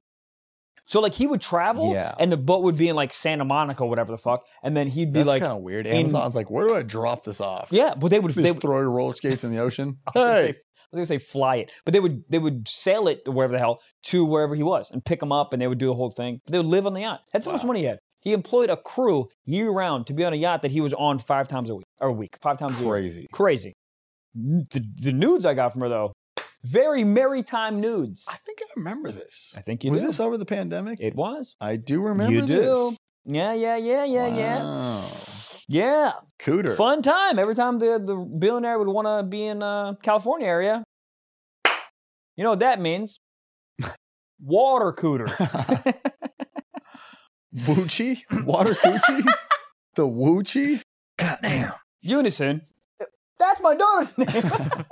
So like he would travel, Yeah. and the boat would be in like Santa Monica, whatever the fuck, and then he'd be That's like, kind of weird. in- Amazon's like, where do I drop this off? yeah, but they would Just they, throw your roller skates in the ocean. I was, gonna Hey, say, I was gonna say fly it, but they would they would sail it to wherever the hell to wherever he was and pick him up, and they would do the whole thing. But they would live on the yacht. That's how much Wow. money he had. He employed a crew year round to be on a yacht that he was on five times a week or a week, five times a year. crazy. Crazy. N- The, the nudes I got from her though, very merry time nudes. I think I remember this. I think you Was do. this over the pandemic? It was. I do remember you do. this. Yeah, yeah, yeah, yeah, yeah, Wow. yeah. Cooter. Fun time every time the, the billionaire would want to be in uh, California area. You know what that means? Water cooter. Woochie? Water coochie? the Woochie? Goddamn. Unison. That's my daughter's name.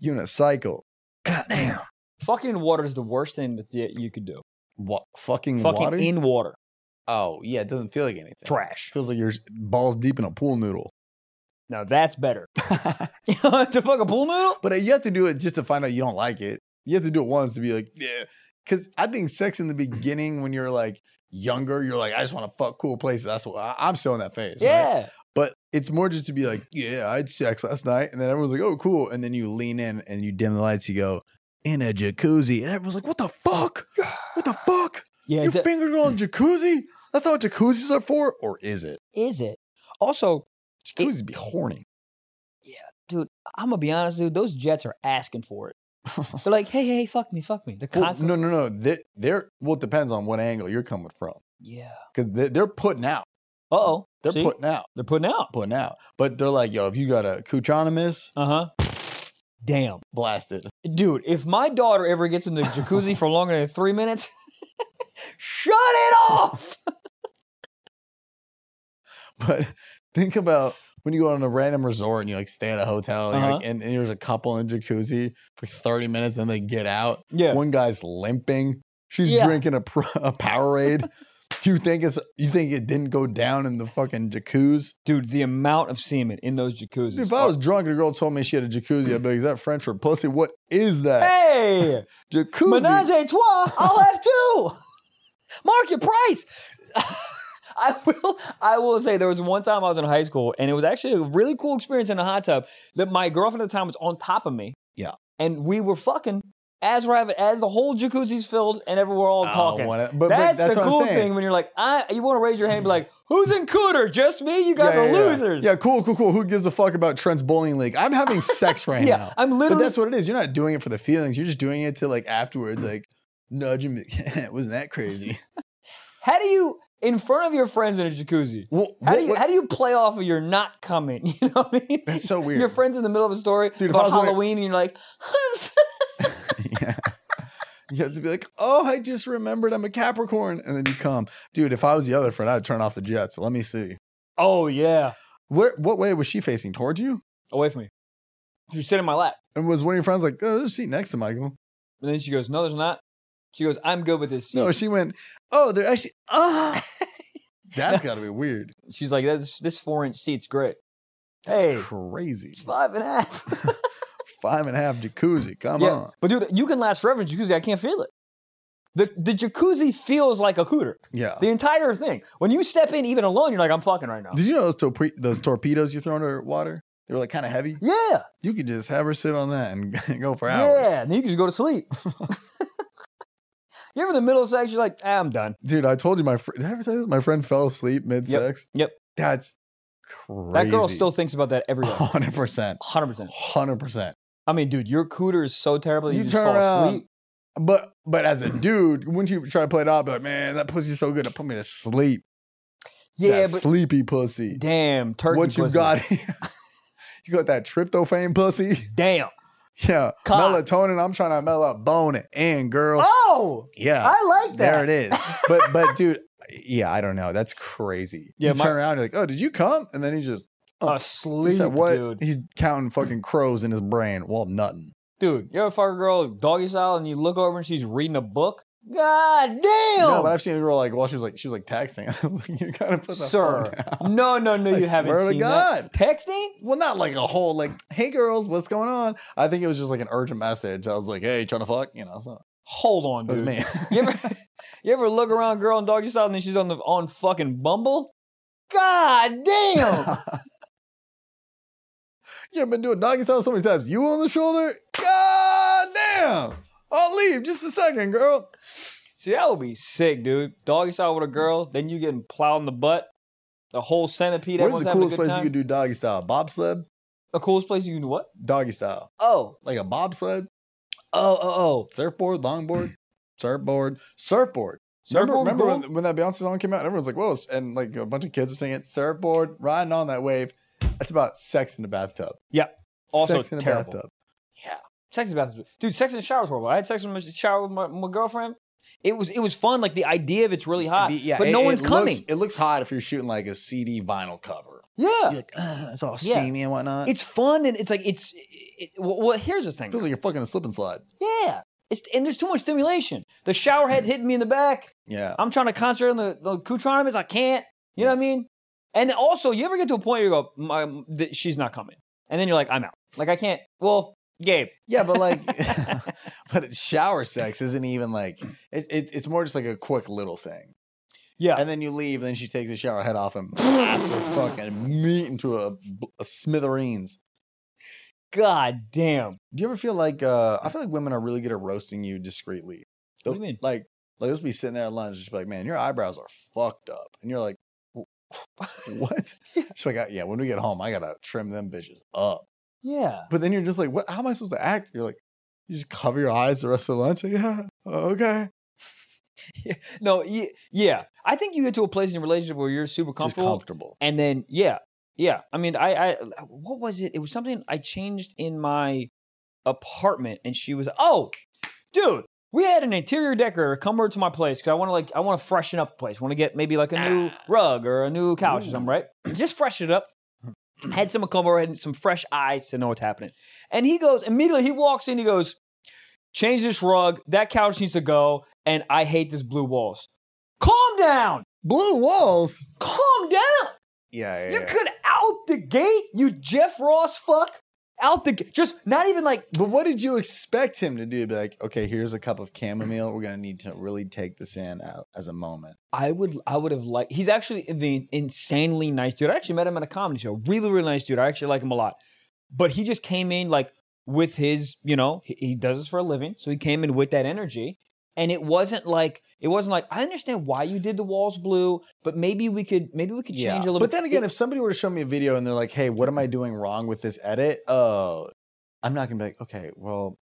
Unicycle. Goddamn. Fucking in water is the worst thing that y- you could do. What? Fucking, Fucking water? in water. oh, yeah. It doesn't feel like anything. Trash. Feels like you're balls deep in a pool noodle. Now that's better. to fuck a pool noodle? But uh, you have to do it just to find out you don't like it. You have to do it once to be like, yeah. Because I think sex in the beginning, when you're like younger, you're like, I just want to fuck cool places. That's what I, I'm still in that phase. right? Yeah. But it's more just to be like, yeah, I had sex last night. And then everyone's like, oh, cool. And then you lean in and you dim the lights. You go, in a jacuzzi. And everyone's like, what the fuck? What the fuck? Yeah. Your that- finger going jacuzzi? That's not what jacuzzis are for? Or is it? is it? Also, Jacuzzis be horny. I'm gonna be honest, dude. Those jets are asking for it. They're like, hey, hey, fuck me, fuck me. They're Well, constantly. no, no, no. They're, they're, well, it depends on what angle you're coming from. Yeah. because they, they're putting out. Uh oh. They're putting out, They're putting out. putting out. But they're like, yo, if you got a Kuchonimus, Uh huh. Damn. blast it. Dude, if my daughter ever gets in the jacuzzi for longer than three minutes, shut it off. But think about when you go on a random resort and you like stay at a hotel and, you're Uh-huh. like, and, and there's a couple in a jacuzzi for 30 minutes and they get out. Yeah. One guy's limping. She's Yeah. drinking a, pro- a Powerade. you think it's you think it didn't go down in the fucking jacuzzi? Dude, the amount of semen in those jacuzzis. If I was drunk and a girl told me she had a jacuzzi, I'd be like, is that French for pussy? What is that? Hey, Jacuzzi. menage a trois, I'll have two. Market price. I will. I will say there was one time I was in high school, and it was actually a really cool experience in a hot tub. That my girlfriend at the time was on top of me. Yeah. And we were fucking as rabbit as the whole jacuzzi's filled, and everyone we're all talking. Oh, what a- but, but that's, that's the what I'm cool saying. thing when you're like, I, you want to raise your hand, and be like, "Who's in cooter? Just me? You guys yeah, are yeah, yeah. losers." Yeah. cool, cool, cool. Who gives a fuck about Trent's bowling league? I'm having sex right Yeah, now. I'm But literally that's what it is. You're not doing it for the feelings. You're just doing it to like afterwards, like nudge him. Wasn't that crazy? How do you in front of your friends in a jacuzzi? Well, How do you how do you play off of your not coming? You know what I mean? That's so weird. Your friends in the middle of a story Dude, if I about was wondering- Halloween, and you're like, yeah. You have to be like, oh, I just remembered I'm a Capricorn, and then you come, dude. If I was the other friend, I'd turn off the jets. Let me see. "Oh yeah, Where, what way was she facing towards you? away from me." She sit in my lap, And was one of your friends like, oh, there's a seat next to Michael? and then she goes, "No, there's not." She goes, "I'm good with this." Seat. No, she went, oh, they're actually, ah. That's got to be weird. She's like, "This this four inch seat's great." That's hey, crazy. it's five and a half. Five and a half jacuzzi. Come yeah, on. but dude, you can last forever in jacuzzi. I can't feel it. The the jacuzzi feels like a cooter. Yeah. The entire thing. When you step in, even alone, you're like, "I'm fucking right now." Oh. Did you know those, torpe- those torpedoes you throw under water? They were like kind of heavy. Yeah. You could just have her sit on that and go for hours. Yeah, then you can just go to sleep. you ever in the middle of sex, you're like, ah, I'm done. Dude, I told you my friend. Did I ever tell you that? my friend fell asleep mid sex? yep. That's crazy. That girl still thinks about that every day. hundred percent, 100%. hundred percent. I mean, dude, your cooter is so terrible that you, You just turn fall around, asleep. but but as a dude, wouldn't you try to play it out? Be like, man, that pussy's so good, it put me to sleep. Yeah, That but sleepy pussy. damn, turkey what you pussy. got? here? you got that tryptophan pussy? Damn. Yeah, Cock. melatonin. I'm trying to mellow bone it in, girl. Oh, yeah, I like there that. it is. But but dude, yeah, I don't know. That's crazy. Yeah, you my- turn around, you're like, oh, did you come? And then he just Asleep, He said, "What? dude. He's counting fucking crows in his brain. Well, nothing. Dude, you ever fuck a girl doggy style and you look over and she's reading a book? God damn. No, but I've seen a girl like while she was like she was like texting. I was like, you gotta put that Sir, phone down." no, no, no, I you haven't swear to seen God. that. Texting? Well, not like a whole like, hey girls, what's going on? I think it was just like an urgent message. I was like, hey, trying to fuck, you know. So Hold on, it was dude. me. You ever, you ever look around, girl, and doggy style, and then she's on the on fucking Bumble? God damn! You've been doing doggy style so many times. You on the shoulder? God damn! I'll leave just a second, girl. See, that would be sick, dude. Doggy style with a girl, then you getting plowed in the butt. The whole centipede. Where's everyone's the having coolest a good place time. you could do doggy style? Bobsled, The coolest place you can do what? doggy style, Oh, like a bobsled, oh, oh, oh. surfboard, longboard, surfboard, surfboard. Remember, Surfboard remember cool? when, when that Beyonce song came out? and Everyone's like, "Whoa!" And like a bunch of kids are singing "Surfboard," riding on that wave. That's about sex in the bathtub. Yeah. Also sex in the terrible. bathtub. Sex in the bathroom. Dude, sex in the shower was horrible. I had sex in the shower with my, my girlfriend. It was it was fun, like the idea of it's really hot, The- but it- no it one's looks- coming. it looks hot if you're shooting like a CD vinyl cover. yeah, You're like, "Ugh, it's all Yeah. steamy and whatnot. It it's fun and it's like it's. It, well, well, here's the thing. feels like you're fucking a slip and slide. Yeah. It's, and there's too much stimulation. The shower Mm. head hitting me in the back. Yeah. I'm trying to concentrate on the, the coutronomers. I can't. You know what I mean? And then also, you ever get to a point where you go, My, th- she's not coming. And then you're like, I'm out. Like, I can't. Well, Gabe. Yeah, but like, but shower sex isn't even like it, it, it's more just like a quick little thing. Yeah. And then you leave, and then she takes the shower head off and blasts her fucking meat into a, a smithereens. God damn. Do you ever feel like uh I feel like women are really good at roasting you discreetly? What do you mean? Like like they'll just be sitting there at lunch, just be like, man, your eyebrows are fucked up. And you're like, "Wh- what? She's like, "Uh, yeah, when we get home, I gotta trim them bitches up. Yeah. But then you're just like, what how am I supposed to act? You're like, you just cover your eyes the rest of the lunch. Like, yeah, okay. No, y- yeah. I think you get to a place in your relationship where you're super Just comfortable. comfortable. and then, yeah. Yeah. I mean, I, I, what was it? It was something I changed in my apartment and she was oh dude we had an interior decorator come over to my place because i want to like i want to freshen up the place want to get maybe like a new rug or a new couch or something right just freshen it up had someone come over and some fresh eyes to know what's happening and he goes immediately he walks in he goes change this rug that couch needs to go and i hate this blue walls calm down Blue walls. calm down Yeah, yeah. you yeah. could out the gate you jeff ross fuck out the gate. Just not even like But what did you expect him to do? Be like, okay, here's a cup of chamomile. We're gonna need to really take this in out as a moment. I would I would have liked he's actually the insanely nice dude. I actually met him at a comedy show. Really, really nice dude. I actually like him a lot. But he just came in like with his, you know, he, he does this for a living. So he came in with that energy. And it wasn't like it wasn't like I understand why you did the walls blue, but maybe we could maybe we could change a little But bit. then again, It- if somebody were to show me a video and they're like, hey, what am I doing wrong with this edit? Oh, I'm not gonna be like, okay, well,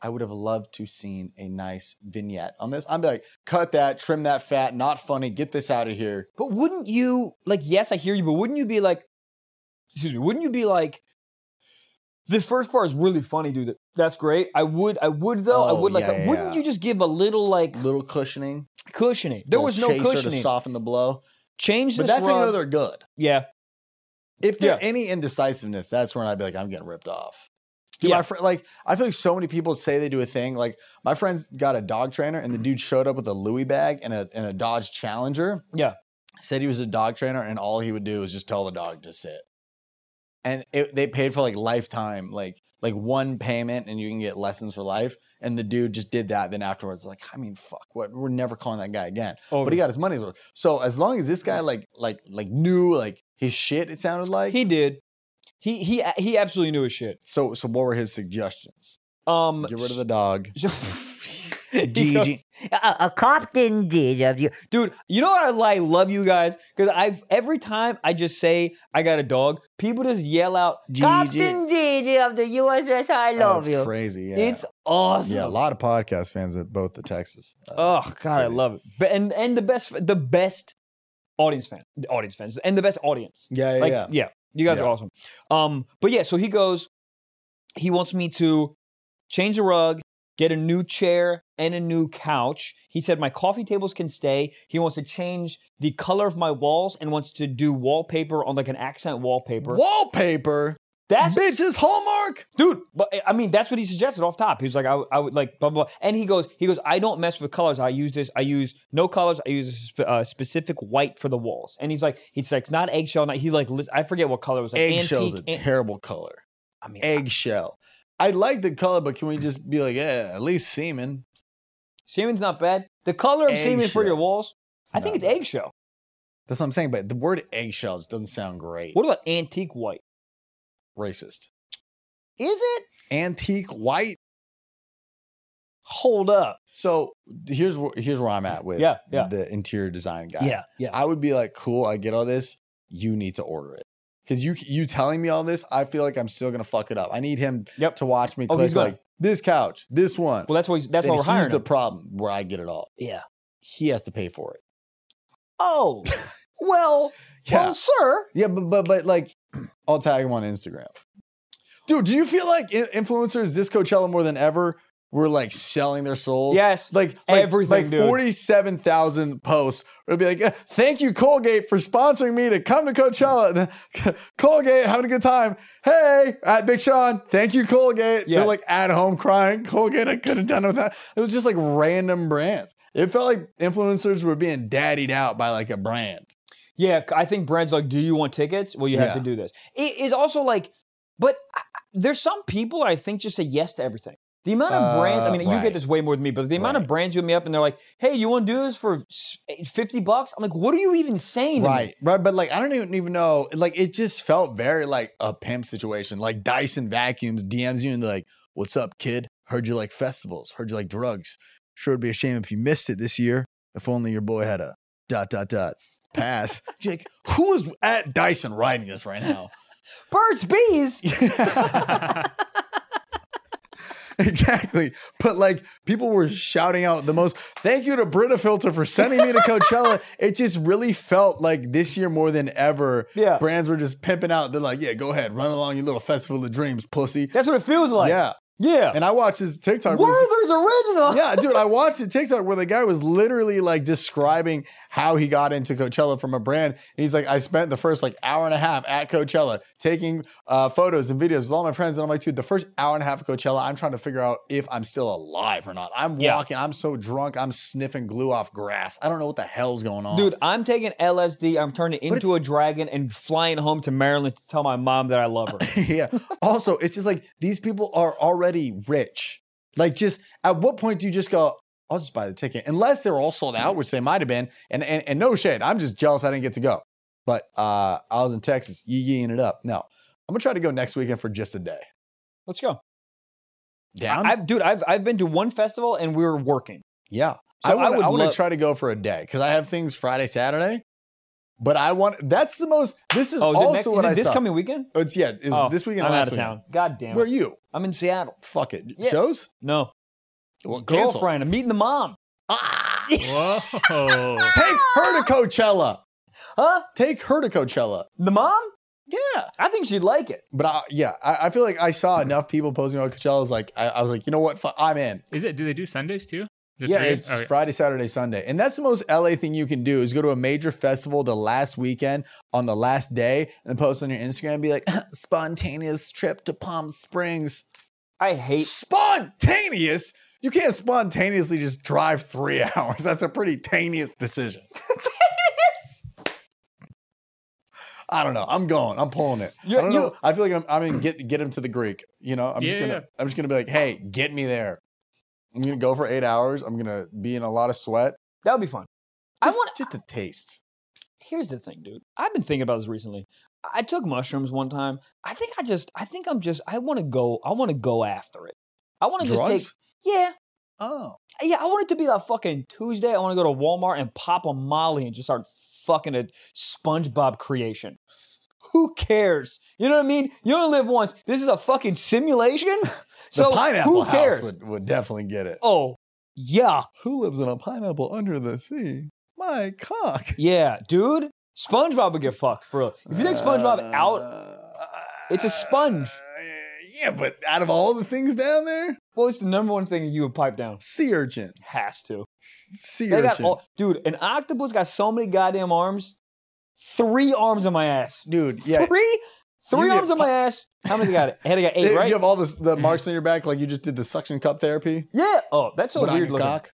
I would have loved to seen a nice vignette on this. I'm be like, cut that, trim that fat, not funny, get this out of here. But wouldn't you like? Yes, I hear you, but wouldn't you be like, excuse me? Wouldn't you be like, the first part is really funny, dude. That's great. I would, I would though. I Oh, would like. yeah, that. yeah, wouldn't yeah. you just give a little like Little cushioning. cushioning? There little was no chaser to cushioning. soften the blow. Change But this. that's how you know rug. they're good. yeah, If there's Yeah. any indecisiveness, that's when I'd be like, I'm getting ripped off. Do Yeah. my friend like I feel like so many people say they do a thing. Like my friend's got a dog trainer, Mm-hmm. and the dude showed up with a Louis bag and a and a Dodge Challenger. Yeah. Said he was a dog trainer, and all he would do was just tell the dog to sit. And it, they paid for like lifetime, like like one payment, and you can get lessons for life. And the dude just did that. Then afterwards, like I mean, fuck, what? We're never calling that guy again oh, but he got his money's worth. So as long as this guy like like like knew like his shit, it sounded like. he did. He he he absolutely knew his shit. so so what were his suggestions? Um, Get rid of the dog. So, GG. a, a Compton GW. Dude, you know what I, li- love you guys? Because I've every time I just say I got a dog, people just yell out GG. Compton GG of the USS I love That's you. crazy. Yeah. It's awesome. yeah, a lot of podcast fans at both the Texas. uh, Oh god, I cities. love it. But, and and the best the best audience fan, audience fans, and the best audience. yeah, yeah, Like yeah. yeah, you guys Yeah. are awesome. Um, but yeah, so he goes. He wants me to change the rug, get a new chair and a new couch. He said my coffee tables can stay. He wants to change the color of my walls and wants to do wallpaper on like an accent wallpaper. Wallpaper, That's bitches, Hallmark. dude. But I mean, that's what he suggested off top. He was like, I, I would like blah, blah blah. And he goes, he goes, I don't mess with colors. I use this. I use no colors. I use a sp- uh, specific white for the walls. And he's like, he's like not eggshell. Not, he like lit- I forget what color it was. Like Eggshell's a antique, an- terrible color. I mean, Eggshell. I like the color, but can we just be like, yeah, at least semen? Semen's not bad. The color of semen for your Eggshell. walls, I think No. it's eggshell. That's what I'm saying. But the word eggshell just doesn't sound great. What about antique white? Racist. Is it? Antique white Hold up. So here's where here's where I'm at with Yeah, yeah. the interior design guy. Yeah, yeah. I would be like, cool, I get all this. You need to order it because you you telling me all this, I feel like I'm still gonna fuck it up. I need him Yep. to watch me Oh, he's click gonna. like this couch, this one. Well, that's why he's- that's Then why we're here's hiring the him. problem where I get it all. Yeah. He has to pay for it. Oh, well, Yeah, well, sir. yeah, but but but like, I'll tag him on Instagram. Dude, do you feel like i- influencers this Coachella more than ever were like selling their souls? Yes. like, like Everything, like dude. 47,000 posts would be like, "Uh, thank you, Colgate, for sponsoring me to come to Coachella. And then, Colgate, having a good time. Hey, at Big Sean, thank you, Colgate. Yeah. They're like at home crying, Colgate, I couldn't have done it without. It was just like random brands. It felt like influencers were being daddied out by like a brand. Yeah, c- I think brands like, do you want tickets? Well, you have to Yeah. do this. It is also like, but I- I- there's some people I think just say yes to everything. The amount of brands, I Uh, mean, you right. get this way more than me, but the amount of Right. brands you hit me up and they're like, hey, you want to do this for s- 50 bucks? I'm like, what are you even saying? to me? Right, right, but like I don't even even know. Like it just felt very like a pimp situation. Like Dyson vacuums DMs you and they're like, "What's up, kid? Heard you like festivals. Heard you like drugs. Sure would be a shame if you missed it this year. If only your boy had a dot dot dot pass." You're like, who is at Dyson writing this right now? Birds, bees. exactly. But like people were shouting out the most thank you to Brita Filter for sending me to Coachella. it just really felt like this year more than ever, Yeah. brands were just pimping out. They're like, yeah, go ahead, run along your little festival of dreams, pussy. That's what it feels like. yeah. Yeah. And I watched his TikTok. where this- Werther's original. yeah, dude, I watched a TikTok where the guy was literally like describing how he got into Coachella from a brand. And he's like, I spent the first like hour and a half at Coachella taking uh, photos and videos with all my friends. And I'm like, dude, the first hour and a half of Coachella, I'm trying to figure out if I'm still alive or not. I'm Yeah. walking, I'm so drunk, I'm sniffing glue off grass. I don't know what the hell's going on. Dude, I'm taking LSD. I'm turning into a dragon and flying home to Maryland to tell my mom that I love her. yeah. Also, it's just like these people are already rich. Like, just at what point do you just go, I'll just buy the ticket, unless they're all sold out, which they might have been. And, and and no shade, I'm just jealous I didn't get to go. But uh, I was in Texas, yee yeeing it up. No, I'm gonna try to go next weekend for just a day. Let's go. Down? I've dude, I've I've been to one festival and we were working. yeah. So I want would to I want love- to try to go for a day because I have things Friday, Saturday. But I want that's the most. This is Oh, is it, also next, is what it I this saw. coming weekend? it's yeah, it was Oh, this weekend. I'm last out of weekend. town. God damn Where are it. you? I'm in Seattle. Fuck it. Yeah. Shows? No. Well, cancel. Girlfriend. I'm meeting the mom. Ah! Whoa. Take her to Coachella. Huh? Take her to Coachella. The mom? Yeah. I think she'd like it. But I, yeah, I, I feel like I saw enough people posting about Coachella. I was like, I, I was like, you know what? Fuck, I'm in. Is it? Do they do Sundays too? The yeah, three? Oh, it's Okay. Friday, Saturday, Sunday. And that's the most LA thing you can do is go to a major festival the last weekend on the last day and then post on your Instagram and be like, spontaneous trip to Palm Springs. I hate Spontaneous? You can't spontaneously just drive three hours. That's a pretty taneous decision. I don't know. I'm going. I'm pulling it. You're- I don't you- know. I feel like I'm. I'm in get get him to the Greek. You know. I'm just Yeah, gonna. yeah. I'm just gonna be like, hey, get me there. I'm gonna go for eight hours. I'm gonna be in a lot of sweat. that would be fun. I Just, want just a taste. here's the thing, dude. I've been thinking about this recently. I- I took mushrooms one time. I think I just, I think I'm just, I want to go, I want to go after it. I want to just take, Drugs? yeah, Oh, yeah. I want it to be like fucking Tuesday. I want to go to Walmart and pop a Molly and just start fucking a SpongeBob creation. Who cares? You know what I mean? You only live once. This is a fucking simulation. So the pineapple who cares? house would, would definitely get it. Oh, yeah, Who lives in a pineapple under the sea? My cock. yeah, dude. SpongeBob would get fucked for real. If you take SpongeBob Uh, out, uh, it's a sponge. Yeah, but out of all the things down there, what's the number one thing you would pipe down? sea urchin. Has to. Sea They got urchin. all, dude, an octopus got so many goddamn arms. Three arms on my ass. Dude, yeah. Three? Three You get arms on my ass. How many they got? I had I got eight, you right? have all this, the marks on your back like you just did the suction cup therapy. yeah. Oh, that's so but on weird your looking. cock.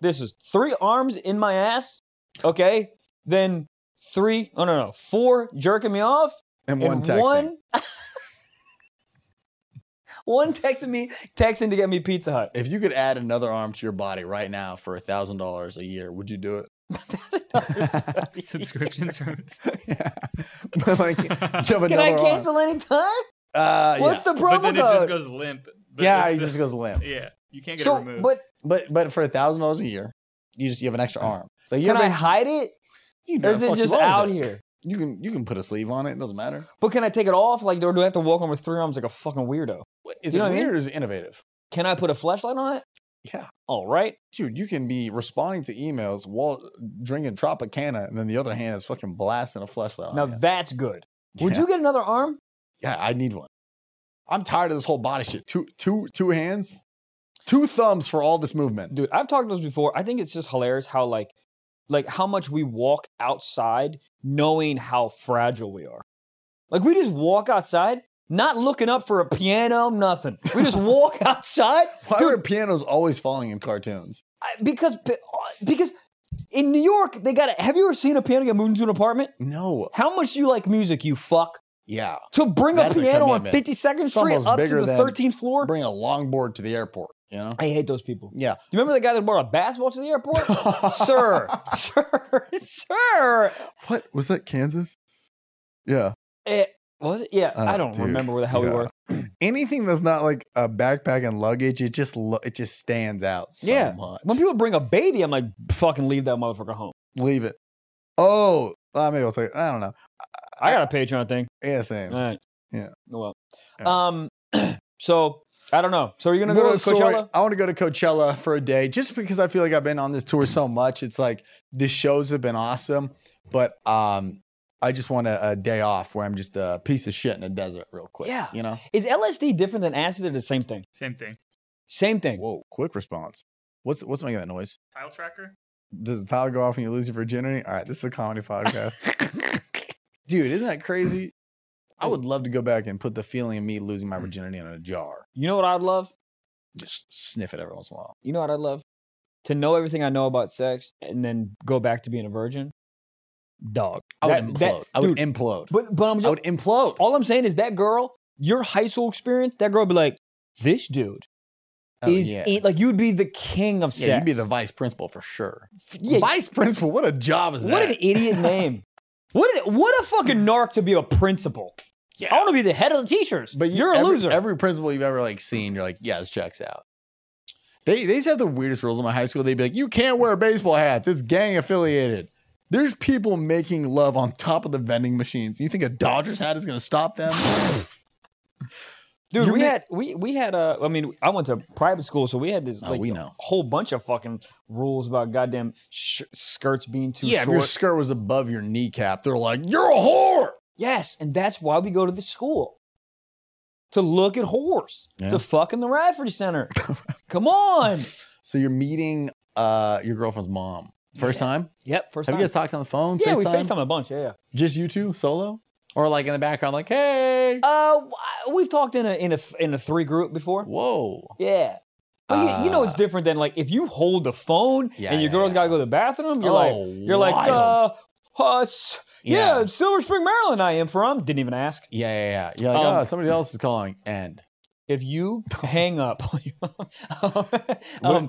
This is three arms in my ass. Okay. Then three, oh no, no, four jerking me off. And and one texting. One, one texting me, texting to get me Pizza Hut. If you could add another arm to your body right now for a thousand dollars a year, would you do it? subscription service. yeah. But like, you have another Can I arm. cancel anytime? Uh, yeah. What's the But promo then it just code? goes limp. But yeah, it's it the- just goes limp. yeah. You can't get it so, removed. but But but for a thousand dollars a year, you just you have an extra arm. Like you can I ever- hide it? you know, Or is fuck it you just want with out it. here? You can you can put a sleeve on it. It doesn't matter. But can I take it off? Like, or do I have to walk on with three arms like a fucking weirdo? Is You know it what I mean? weird or is it innovative? Can I put a flashlight on it? Yeah. All right. Dude, you can be responding to emails while drinking Tropicana, and then the other hand is fucking blasting a flashlight. on now you. that's good. Would Oh, yeah. you get another arm? Yeah, I need one. I'm tired of this whole body shit. Two, two, two hands, two thumbs for all this movement. Dude, I've talked about this before. I think it's just hilarious how like like how much we walk outside knowing how fragile we are. Like we just walk outside, not looking up for a piano, nothing. We just walk outside Why Dude. were pianos always falling in cartoons? I- because because in New York, they got to Have you ever seen a piano get moved into an apartment? No. How much you like music, you fuck? Yeah. to bring a That's a piano on commitment. 52nd Street almost up to bigger the than- 13th floor. Bring a longboard to the airport, you know? I hate those people. Do Yeah. you remember the guy that brought a basketball to the airport? sir, sir, sir. What? Was that Kansas? Yeah. Eh, was it? Yeah, Oh, I don't dude, remember where the hell we yeah. were. anything that's not like a backpack and luggage, it just lo- it just stands out so Yeah. much. When people bring a baby, I'm like, fucking leave that motherfucker home. Leave it. Oh, uh, maybe I'll take. I don't know. I Uh, got a Patreon thing. Yeah, same. All right. Oh, Yeah. Well. Yeah. Um. so I don't know. So are you gonna Moral go to of the story, Coachella? I want to go to Coachella for a day, just because I feel like I've been on this tour so much. It's like the shows have been awesome, but um, I just want a, a day off where I'm just a piece of shit in a desert real quick. Yeah. You know? Is LSD different than acid or the same thing? Same thing. Same thing. Whoa, quick response. What's what's making that noise? Tile tracker. Does the tile go off when you lose your virginity? All right, this is a comedy podcast. Dude, isn't that crazy? I would love to go back and put the feeling of me losing Mm. my virginity in a jar. You know what I'd love? Just sniff it every once in a while. You know what I'd love? To know everything I know about sex and then go back to being a virgin. Dog. I would That- implode. that- I would dude, implode. But but I'm I just, would implode. all I'm saying is that girl, your high school experience, that girl would be like, this dude Oh, is yeah. in- like you'd be the king of sex. yeah, you'd be the vice principal for sure. Yeah, Vice principal, what a job is what that? an idiot name. What a, what a fucking narc to be a principal. I want to be the head of the teachers. But you- you're a every- loser. Every principal you've ever like seen, you're like, yeah, this checks out. They they used to have the weirdest rules in my high school. They'd be like, you can't wear baseball hats. It's gang affiliated. There's people making love on top of the vending machines. You think a Dodgers hat is going to stop them? Dude, You we ma- had we we had uh, I mean, I went to private school, so we had this Oh, like we know. whole bunch of fucking rules about goddamn sh- skirts being too yeah, if your short. skirt was above your kneecap, they're like, you're a whore. yes, and that's why we go to the school to look at whores, Yeah. to fuck in the Radford Center. Come on. So you're meeting uh, your girlfriend's mom first time. Yep. First Have time. you guys talked on the phone? yeah, we FaceTime? Facetime a bunch. Yeah, yeah. Just you two solo, or like in the background, like, hey, Uh, w- we've talked in a in a th- in a three group before. whoa. Yeah. But you, you know it's Uh, different than like if you hold the phone Yeah, and your yeah, girl's yeah. gotta go to the bathroom, you're Oh, like you're like uh, wild. uh s- yeah. Silver Spring, Maryland I am from. Didn't even ask. Yeah, yeah, yeah. You're like, Um, oh, somebody else is calling. And If you hang up um, What-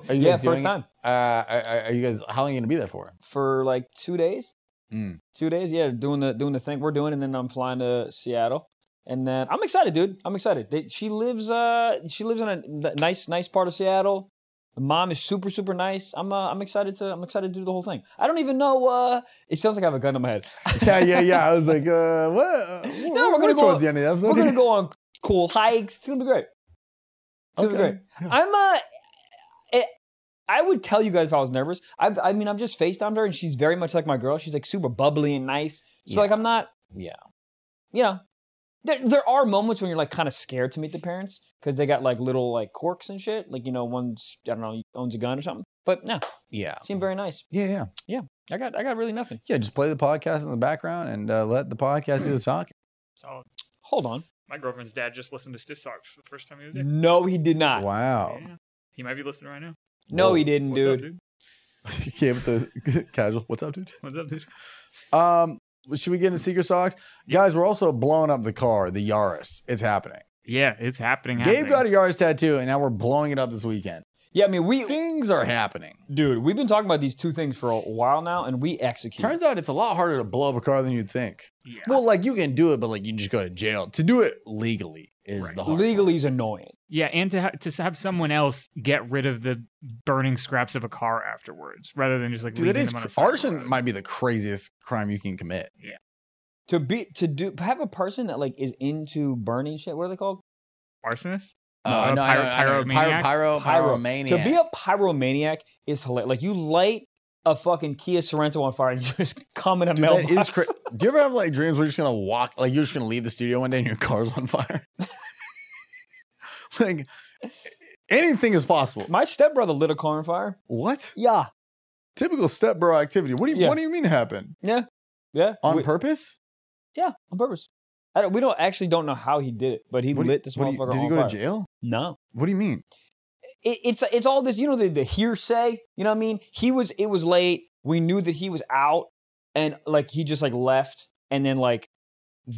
are you Yeah, first guys doing- time. uh, are, are- are you guys? How long are you gonna be there for? For like two days. Mm. Two days, yeah, doing the doing the thing we're doing, and then I'm flying to Seattle. And then I'm excited, dude. I'm excited. They, she lives uh she lives in a n- nice, nice part of Seattle. The mom is super, super nice. I'm uh, I'm excited to I'm excited to do the whole thing. I don't even know uh it sounds like I have a gun in my head. yeah, yeah, yeah. I was like, uh, what? No, we're gonna go- towards the end of the episode. We're gonna go on cool hikes. It's gonna be great. It's gonna be Okay. great. I'm uh, I- I would tell you guys if I was nervous. I I mean, I'm just FaceTimed her, and she's very much like my girl. She's like super bubbly and nice. So Yeah. like, I'm not. Yeah. You know, there there are moments when you're like kind of scared to meet the parents because they got like little like quirks and shit. Like you know, one's I don't know owns a gun or something. But no, Yeah, seemed very nice. yeah, yeah, I got I got really nothing. yeah. Just play the podcast in the background and uh, let the podcast do the talking. Solid. Hold on. My girlfriend's dad just listened to Stiff Socks for the first time the other day. No, he did not. Wow. Yeah. He might be listening right now. No, he Whoa. didn't, What's dude. up, dude? you came with the casual. What's up, dude? What's up, dude? Um, should we get into secret socks, guys? We're also blowing up the car, the Yaris. It's happening. Yeah, it's happening. Gabe got a Yaris tattoo, and now we're blowing it up this weekend. Yeah, I mean we, Things are happening. dude, we've been talking about these two things for a while now, and we execute. Turns out it's a lot harder to blow up a car than you'd think. Yeah. Well, like you can do it, but like you just go to jail. To do it legally is Right. the hard. legally is annoying. yeah, and to ha- to have someone else get rid of the burning scraps of a car afterwards, rather than just like Dude, that leaving is them on a cr- side arson road. might be the craziest crime you can commit. to be to do have a person that like is into burning shit. What are they called? arsonist. Uh, Uh, no, I pyro- know- I know. pyromaniac? pyro, pyro, Pyro. pyromaniac. To be a pyromaniac is hilarious. Like you light a fucking Kia Sorento on fire and you just come in a Dude, mailbox. that is cra- Do you ever have like dreams where you're just gonna walk, like you're just gonna leave the studio one day and your car's on fire? like anything is possible. My stepbrother lit a car on fire. What Yeah, typical step bro activity? What do you Yeah. What do you mean happened yeah, yeah. on we, purpose? yeah, on purpose. I don't, we don't actually don't know how he did it, but he What do you- lit this what do you- motherfucker Did on you go fire. to jail? No, What do you mean? it, it's it's all this you know the, the hearsay you know what i mean he was it was late we knew that he was out and like he just like left and then like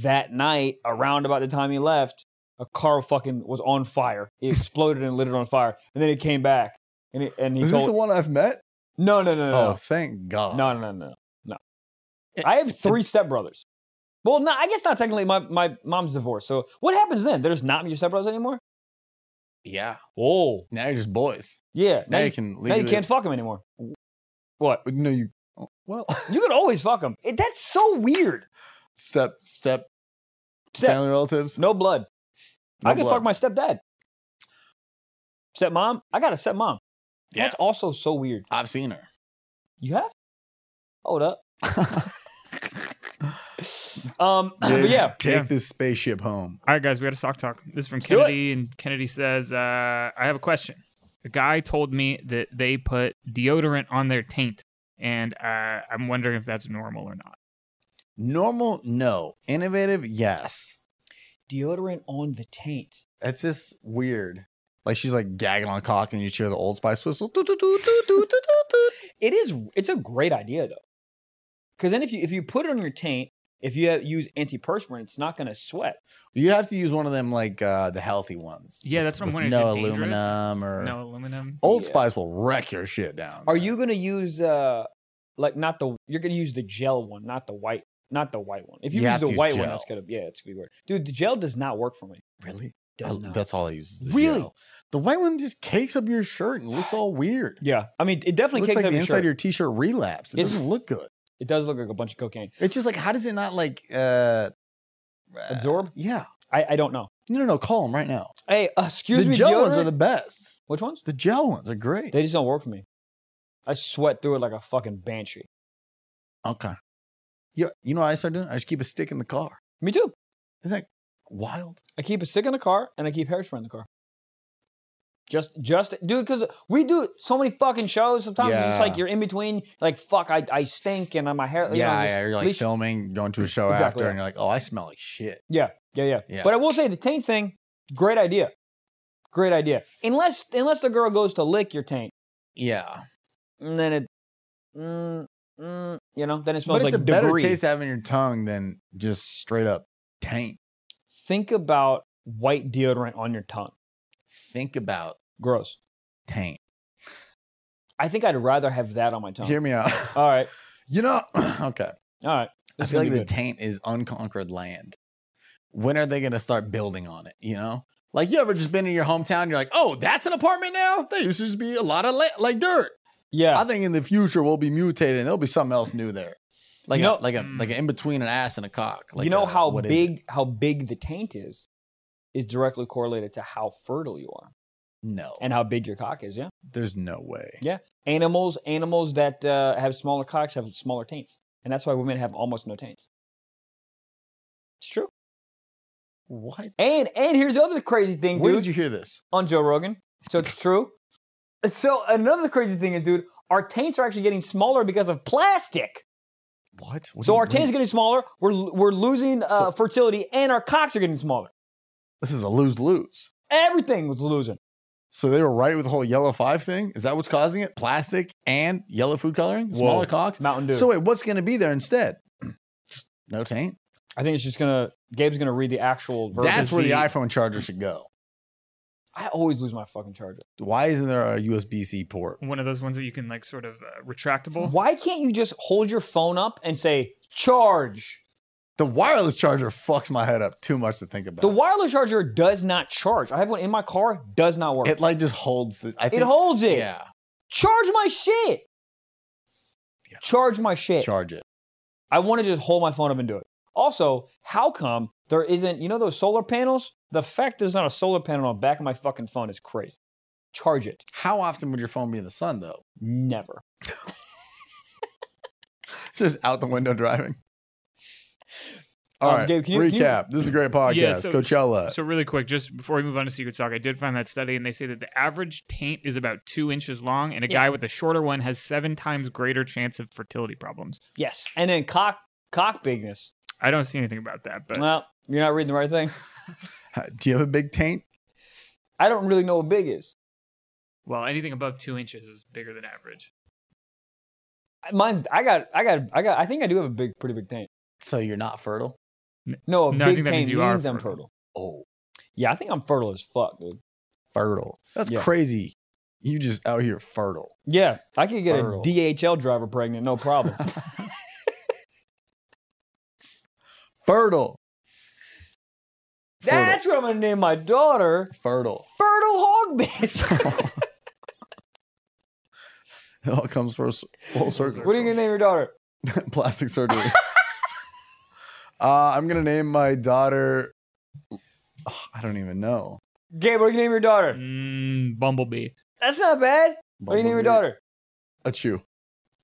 that night around about the time he left a car fucking was on fire it exploded and lit it on fire and then it came back and it, and he Is this the told one I've met? no no no Oh, no thank God. no no no no no It- i have three stepbrothers well no i guess not technically my, my mom's divorced so what happens then there's not your stepbrothers anymore Yeah. oh Now you're just boys. yeah Now, now, you you, can now legally. you can't fuck him anymore what No, you. oh, Well, You could always fuck them. It, that's so weird. step, step, Step, family relatives. no blood. I No could blood. fuck my stepdad. Stepmom? I got a stepmom. Yeah. That's also so weird. I've seen her. You have? Hold up. Um, but yeah, Take Yeah. this spaceship home. All right, guys, we got a sock talk. This is from do it. Kennedy, and Kennedy says, uh, "I have a question. A guy told me that they put deodorant on their taint, and uh, I'm wondering if that's normal or not." Normal, no. Innovative, yes. deodorant on the taint. That's just weird. Like she's like gagging on cock, and you hear the Old Spice whistle. Doo, doo, doo, doo, doo, doo, doo, doo. It is. It's a great idea though, because then if you if you put it on your taint, if you have, use antiperspirant, it's not going to sweat. You'd have to use one of them, like uh, the healthy ones. Yeah, that's what I'm With wondering. No is it dangerous? aluminum or No aluminum. Old Yeah. Spice will wreck your shit down. Are you going to use uh like not the you're going to use the gel one, not the white, not the white one. If you, You use have the to use white one, that's gel. going to yeah, it's going to be weird. Dude, the gel does not work for me. really? Does I- not. That's all I use. Is the Really? gel. The white one just cakes up your shirt and looks all weird. yeah, I mean, it It definitely looks kicks like up the your inside shirt. of your t-shirt relapsed. It It's- doesn't look good. it does look like a bunch of cocaine. It's just like, how does it not like uh uh, Absorb? Yeah. I, I don't know. No, no, no. Call them right now. Hey, uh, excuse the me, gel ones deodorant? are the best. which ones? The gel ones are great. They just don't work for me. I sweat through it like a fucking banshee. okay. You, you know what I started doing? I just keep a stick in the car. Me too. Isn't that wild? I keep a stick in the car and I keep hairspray in the car. Just, just, dude, because we do so many fucking shows. Sometimes it's just Yeah. like you're in between, like fuck, I, I stink and my hair. Uh, you know, just- You're like, leash- filming, going to a show Exactly, after, yeah. and you're like, oh, I smell like shit. yeah, yeah, yeah, Yeah. But I will say the taint thing, great idea, great idea. Unless, unless the girl goes to lick your taint, Yeah. and then it, mm, mm, you know, then it But smells it's like a better debris. taste having your tongue than just straight up taint. Think about white deodorant on your tongue. Think about Gross. taint. I think I'd rather have that on my tongue. Hear me out. All right, You know, okay. all right. I This is feel like gonna the be good. taint is unconquered land. When are they going to start building on it? You know, like you ever just been in your hometown? You're like, oh, that's an apartment now. That used to just be a lot of la- like dirt. yeah. I think in the future we'll be mutated and there'll be something else new there, like You know- Mm. a, like a like an in between an ass and a cock. Like you know a- how what is it? big how big the taint is is directly correlated to how fertile you are No, and how big your cock is. Yeah, there's no way. animals animals that uh, have smaller cocks have smaller taints, and that's why women have almost no taints. It's true. What? And and here's the other crazy thing, where dude, did you hear this? on Joe Rogan. So it's true. So another crazy thing is, dude, our taints are actually getting smaller because of plastic. What? What do So you- our what do you- taints getting smaller. We're we're losing uh, So- fertility, and our cocks are getting smaller. This is a lose lose. Everything was losing. So they were right with the whole yellow five thing. Is that what's causing it? Plastic and yellow food coloring, smaller cocks. Mountain Dew. So wait, what's going to be there instead? Just no taint. I think it's just gonna. Gabe's gonna read the actual version. That's where the iPhone charger should go. I always lose my fucking charger. Why isn't there a USB C port? One of those ones that you can like sort of uh, retractable. Why can't you just hold your phone up and say charge? The wireless charger fucks my head up too much to think about. The wireless charger does not charge. I have one in my car. Does not work. it It, like just holds the. I think, holds it. Yeah, Charge my shit. Yeah. Charge my shit. charge it. I want to just hold my phone up and do it. Also, how come there isn't, you know, those solar panels? The fact there's not a solar panel on the back of my fucking phone is crazy. Charge it. How often would your phone be in the sun though? Never. It's just out the window driving. All Um, right, Gabe, can you- can you- recap. This is a great podcast, Yeah, so- Coachella. So really quick, just before we move on to Secret Talk, I did find that study, and they say that the average taint is about two inches long, and a Yeah. guy with a shorter one has seven times greater chance of fertility problems. Yes. And then cock cock bigness. I don't see anything about that, but Well, you're not reading the right thing. Do you have a big taint? I don't really know what big is. well, anything above two inches is bigger than average. Mine's I got I got I got I think I do have a big pretty big taint. So you're not fertile. No, a No, I big think that taint means you are means I'm fertile. fertile. Oh, Yeah, I think I'm fertile as fuck, dude. fertile. That's Yeah. crazy. You just out here fertile. Yeah, I could get Fertile. a DHL driver pregnant, no problem. Fertile. That's what I'm gonna name my daughter. fertile. Fertile hog bitch. It all comes for s- full circle. what are you gonna name your daughter? Plastic surgery. uh, I'm gonna name my daughter. Ugh, I don't even know. Gabe, what are you gonna name your daughter? Mm, bumblebee. That's not bad. What are you gonna name your daughter? A chew.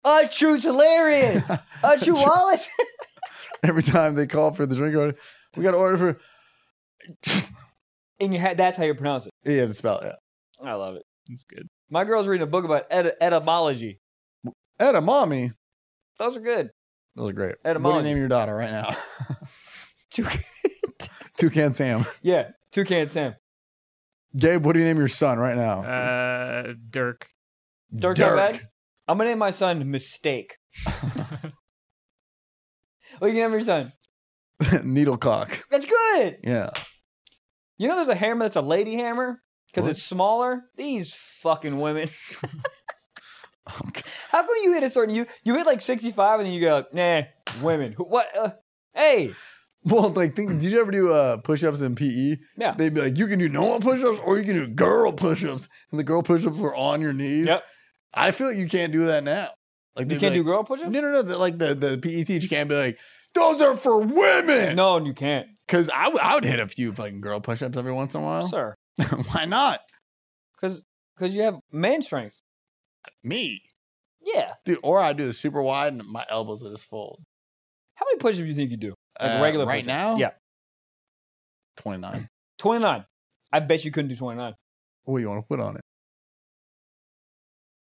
Uchu's hilarious. Uchu Wallace. Every time they call for the drink order, we got to order for. In your head, that's how you pronounce it. You have to spell it. I love it. That's good. My girl's reading a book about et- etymology. Yeah. Edamame. Those are good. Those are great. What do Edamame. you name your daughter right now? Toucan. Toucan Sam. Yeah, Toucan Sam. Gabe, what do you name your son right now? Uh, Dirk. Dirk, Dirk. Bad? I'm gonna name my son Mistake. What you can name your son? Needlecock. That's good. Yeah. You know, there's a hammer that's a lady hammer because What? it's smaller. These fucking women. Oh, God. How come you hit a certain you you hit like 65 and then you go nah women Who- what uh, hey Well, like, think, did you ever do uh, push-ups in PE? Yeah. They'd be like, you can do normal push-ups or you can do girl push-ups, and the girl push-ups were on your knees. Yep. I feel like you can't do that now. Like, you can't do girl push-ups? No, no, no. The, like the the PE teacher can't be like, those are for women. No, you can't, Because I would- I would hit a few fucking girl push-ups every once in a while. sir, Why not because because you have man strength. me, Yeah. dude? Or I do the super wide and my elbows would just fold. How many push-ups do you think you do? Like Uh, regular right push-ups. now? Yeah, Twenty nine. 29. I bet you couldn't do 29. What do you want to put on it?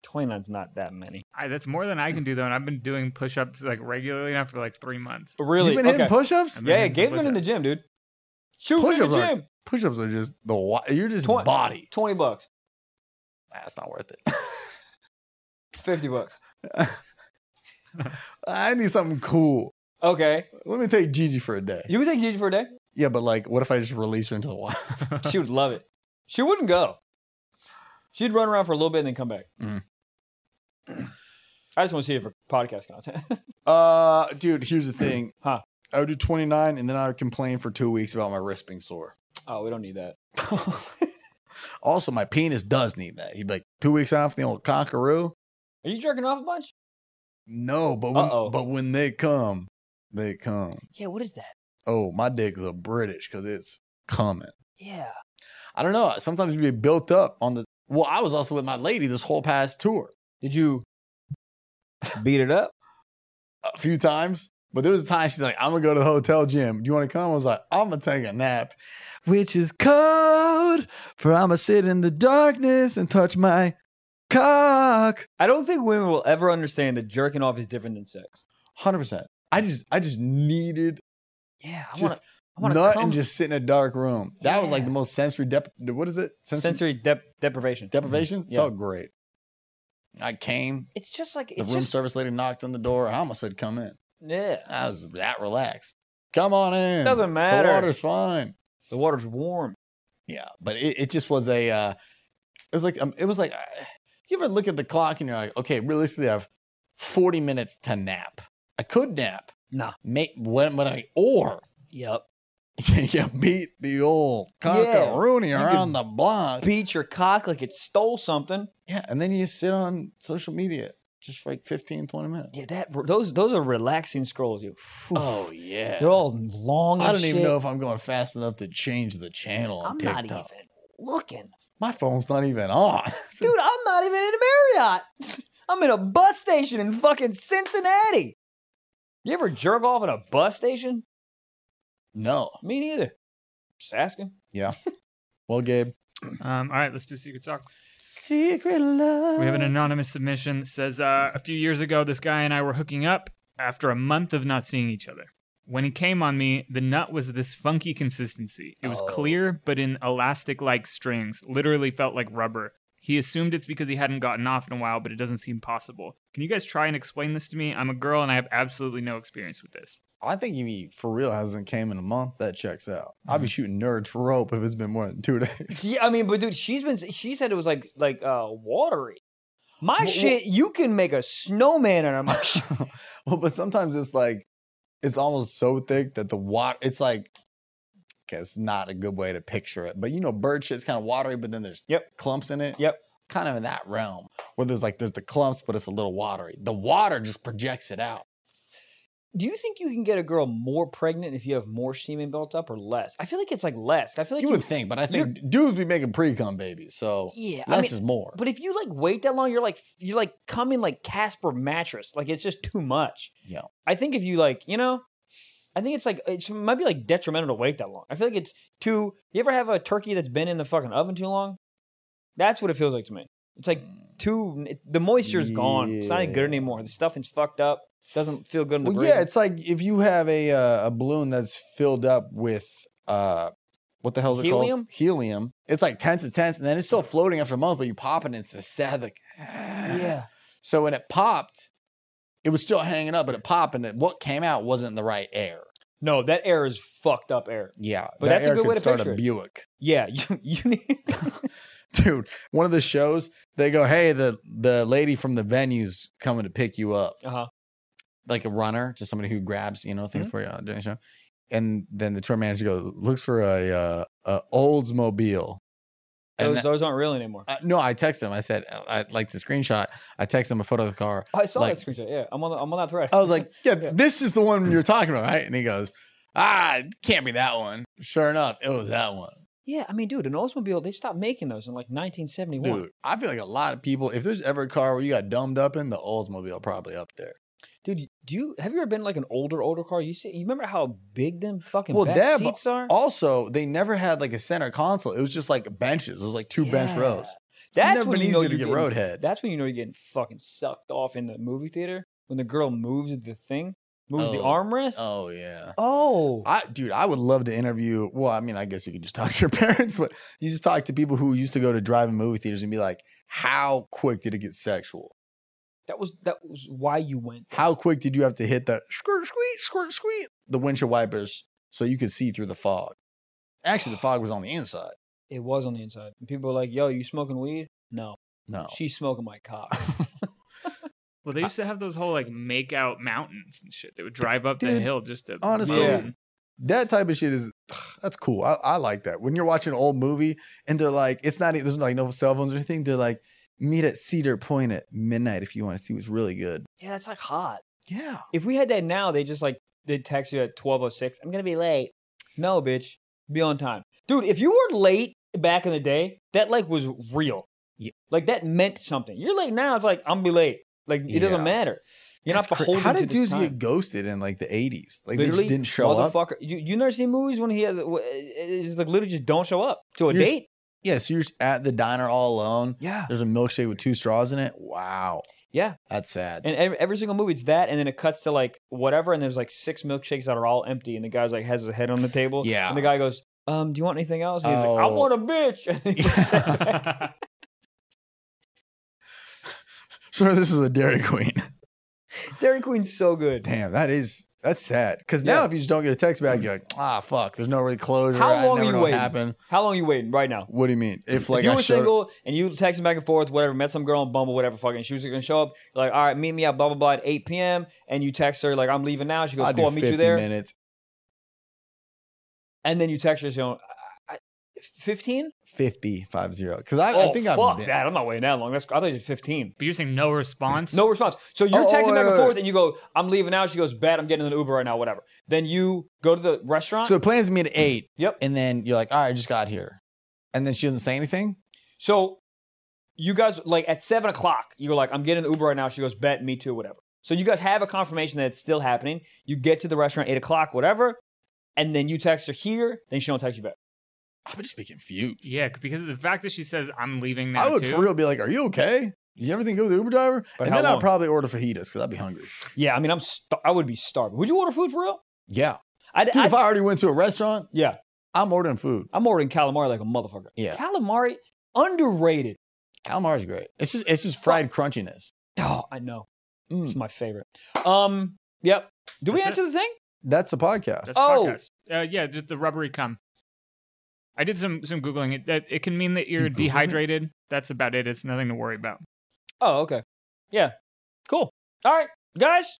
29's not that many. I, that's more than I can do though, and I've been doing push-ups like regularly now for like three months. Really? You've been okay. hitting push-ups. And then yeah, yeah, hit some Gabe's been in the push-ups. gym, dude. Shoot in Push-ups the are- gym. Push-ups are just the wi- you're just Twen- body. 20 bucks, That's not worth it. 50 bucks. I need something cool. Okay. Let me take Gigi for a day. You can take Gigi for a day. Yeah, but like, what if I just release her into the wild? She would love it. She wouldn't go. She'd run around for a little bit and then come back. Mm. I just want to see it for podcast content. Uh, dude, here's the thing. Huh. I would do 29, and then I would complain for two weeks about my wrist being sore. oh, we don't need that. also, my penis does need that. He'd be like, two weeks off the old cockaroo. Are you jerking off a bunch? No, but when, Uh-oh. but when they come, they come. Yeah, what is that? Oh, my dick is a British because it's coming. Yeah. I don't know. Sometimes you get built up on the. Well, I was also with my lady this whole past tour. Did you beat it up? a few times. But there was a time she's like, I'm gonna go to the hotel gym. Do you wanna come? I was like, I'm gonna take a nap. Which is cold, for I'm gonna sit in the darkness and touch my cock. I don't think women will ever understand that jerking off is different than sex. Hundred percent. I just I just needed Yeah, I want just to. I want nut to come. and just sit in a dark room. That was like Yeah. the most sensory dep- what is it? Sensory, sensory dep deprivation. deprivation? Yeah. Felt great. I came, it's just like the it's room just service lady knocked on the door. I almost said come in. yeah. I was that relaxed. Come on in. Doesn't The matter. water's fine. The water's warm. Yeah, but it, it just was a. Uh, it was like um, it was like uh, you ever look at the clock and you're like, okay, realistically, I have 40 minutes to nap. I could nap. Nah. Make when when I or Yep. you beat the old Yeah, cockaroonie you can around the block. Beat your cock like it stole something. yeah, and then you sit on social media just for like 15, 20 minutes. Yeah, that those those are relaxing scrolls. You. Oh yeah. They're all long. I and don't even shit. know if I'm going fast enough to change the channel on I'm TikTok. not even looking, My phone's not even on. dude. I'm not even in a Marriott. I'm in a bus station in fucking Cincinnati. You ever jerk off at a bus station? no. Me neither. Just asking. Well, Gabe. um, all right, let's do secret talk. Secret love. We have an anonymous submission that says uh, a few years ago, this guy and I were hooking up after a month of not seeing each other. When he came on me, the nut was this funky consistency. It was Oh. clear, but in elastic like strings, literally felt like rubber. He assumed it's because he hadn't gotten off in a while, but it doesn't seem possible. Can you guys try and explain this to me? I'm a girl and I have absolutely no experience with this. I think if he for real hasn't came in a month, that checks out. I'll be shooting nerds for rope if it's been more than two days. Yeah, I mean, but dude, she's been. She said it was like like uh watery. My Well, well- shit, you can make a snowman out of my shit. well, but sometimes it's like it's almost so thick that the water. It's like okay, it's not a good way to picture it, but you know, bird shit's kind of watery, but then there's Yep. clumps in it. Yep. Kind of in that realm where there's like there's the clumps, but it's a little watery. The water just projects it out. Do you think you can get a girl more pregnant if you have more semen built up or less? I feel like it's like less. I feel like you would think, but I think dudes be making pre cum babies, so Yeah, I less mean, is more. but if you like wait that long, you're like you're like coming like Casper mattress. Like it's just too much. Yeah. I think if you like, you know, I I think it's like it's- it might be like detrimental to wait that long. I feel like it's too. You ever have a turkey that's been in the fucking oven too long? That's what it feels like to me. It's like too. The moisture's gone. It's not even good Yeah. anymore. The stuffing's fucked up. Doesn't feel good. In the Well, yeah, brain. it's like if you have a uh, a balloon that's filled up with uh, what the hell's it Helium? called? Helium. It's like tense, it's tense, and then it's still floating after a month, but you pop it and it's a sad like. "Ah." yeah. So when it popped, it was still hanging up, but it popped, and it, what came out wasn't the right air. No, that air is fucked up air. Yeah, But that that's a air good could way to start picture a it. Buick. Yeah, you, you need. Dude, one of the shows they go, "Hey, the the lady from the venue's coming to pick you up." Uh huh. like a runner, just somebody who grabs, you know, things for you uh, during the show. And then the tour manager goes, looks for a, uh, a Oldsmobile. And Those that- those aren't real anymore. uh, no, I texted him. I said, I like the screenshot. I texted him a photo of the car. I saw like- that screenshot. Yeah, I'm on. The, I'm on that thread. I was like, yeah, Yeah. this is the one you're talking about, right? And he goes, ah, it can't be that one. Sure enough, it was that one. yeah, I mean, dude, an Oldsmobile. They stopped making those in like 1971. Dude, I feel like a lot of people, if there's ever a car where you got dumbed up in, the Oldsmobile probably up there. Dude, do you have you ever been in, like an older older car? You see, you remember how big them fucking Well, back Deb- seats are? Also, they never had like a center console. It was just like benches. It was like two bench Yeah. rows. It's That's never when been you know you're easier to get getting- roadhead. That's when you know you're getting fucking sucked off in the movie theater when the girl moves the thing, moves the Oh. armrest. Oh, Oh yeah. I dude, I would love to interview. Well, I mean, I guess you could just talk to your parents, but you just talk to people who used to go to drive-in movie theaters and be like, "How quick did it get sexual? that was that was why you went. How quick did you have to hit the squirt, squeak, squirt, squeak the windshield wipers so you could see through the fog? Actually, the fog was on the inside. It was on the inside. And people were like, "Yo, you smoking weed?" No, No, she's smoking my cock. Well, they used to have those whole like make out mountains and shit. They would drive up the Dude, hill just to honestly, moan. that type of shit is that's cool. I, I like that. When you're watching an old movie and they're like, it's not e- there's like no cell phones or anything. They're like, meet at Cedar Point at midnight if you want to see what's really good. yeah, that's like hot. Yeah. If we had that now, they just like they text you at 12:06. I'm gonna be late. No, bitch, be on time, dude. If you were late back in the day, that like was real. Yeah. Like that meant something. You're late now. It's like I'm be late. Like it doesn't Yeah. matter. You're That's not cra- beholden How to did this dudes time. get ghosted in like the 80s? Like literally they just didn't show up. motherfucker. You you never seen movies when he has uh, wh- it's like literally just don't show up to a You're s- date. Yeah, so you're just at the diner all alone. Yeah, There's a milkshake with two straws in it. Wow, yeah. that's sad. And every, every single movie, it's that, and then it cuts to like whatever, and there's like six milkshakes that are all empty, and the guy's like has his head on the table. Yeah. And the guy goes, "Um, do you want anything else?" And he's like, "I Oh. want a bitch." And he just sat back. Sir, this is a Dairy Queen. Dairy Queen's so good. Damn, that is that's sad. Because Yeah. now if you just don't get a text back, you're like, ah, fuck. There's no really closure. How I long never are you know what waiting? happened. How long you waiting right now? What do you mean? If like if you I were showed, single and you texting back and forth, whatever, met some girl on Bumble, whatever, fucking, she was gonna show up, like, all right, meet me at blah blah blah at 8 p.m. And you text her like, I'm leaving now. She goes, I'll cool, I'll do meet 50 you there. minutes, And then you text her, you know, 15? 50, 5 0. Because I, Oh, I think fuck I've been, that. I'm not waiting that long. That's, I thought you did 15. But you're saying no response? No response. So you're Oh, oh, texting wait, back and wait, forth wait. and you go, I'm leaving now. She goes, bet I'm getting an Uber right now, whatever. Then you go to the restaurant. So the plan is to meet at eight. Yep. And then you're like, all right, I just got here. And then she doesn't say anything. So you guys like at seven o'clock, you're like, I'm getting an Uber right now. She goes, bet me too, whatever. So you guys have a confirmation that it's still happening. You get to the restaurant eight o'clock, whatever, and then you text her here, then she don't text you back. I would just be confused. Yeah, c- because of the fact that she says I'm leaving now I would too. for real be like, are you okay? You everything good with the Uber driver? But and how then long? I'd probably order fajitas because I'd be hungry. Yeah, I mean, I'm star- I would be starving. Would you order food for real? Yeah. I, Dude, if I already went to a restaurant, yeah, I'm ordering food. I'm ordering calamari like a motherfucker. Yeah. calamari underrated. Calamari's great. It's just it's just fried crunchiness. Oh, I know. It's Mm, my favorite. Um, yep. Do we That's answer the thing? that's the podcast. That's Oh. podcast. Uh, yeah, just the rubbery cum. I did some some googling. It that, it can mean that You you're Googled it? dehydrated. That's about it. It's nothing to worry about. Oh, okay. Yeah. Cool. All right, guys.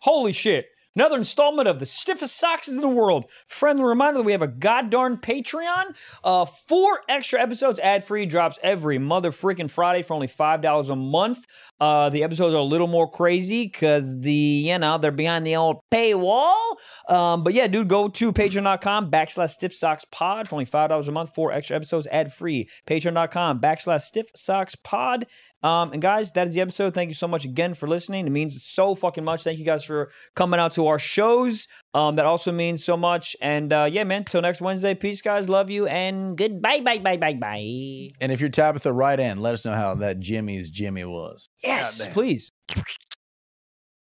Holy shit. Another installment of the stiffest socks in the world. Friendly reminder that we have a goddamn Patreon. Uh, four extra episodes ad free drops every mother freaking Friday for only $5 a month. Uh, the episodes are a little more crazy because the, you know, they're behind the old paywall. Um, but yeah, dude, go to patreon.com backslash stiff socks pod for only $5 a month. Four extra episodes ad free. Patreon.com backslash stiff socks pod. Um, and guys, that is the episode. Thank you so much again for listening. It means so fucking much. Thank you guys for coming out to to our shows. Um, that also means so much. And uh, yeah, man, till next Wednesday. Peace, guys. Love you and goodbye. Bye, bye, bye, bye. And if you're Tabitha right in, let us know how that Jimmy's Jimmy was. Yes, Goddamn. please.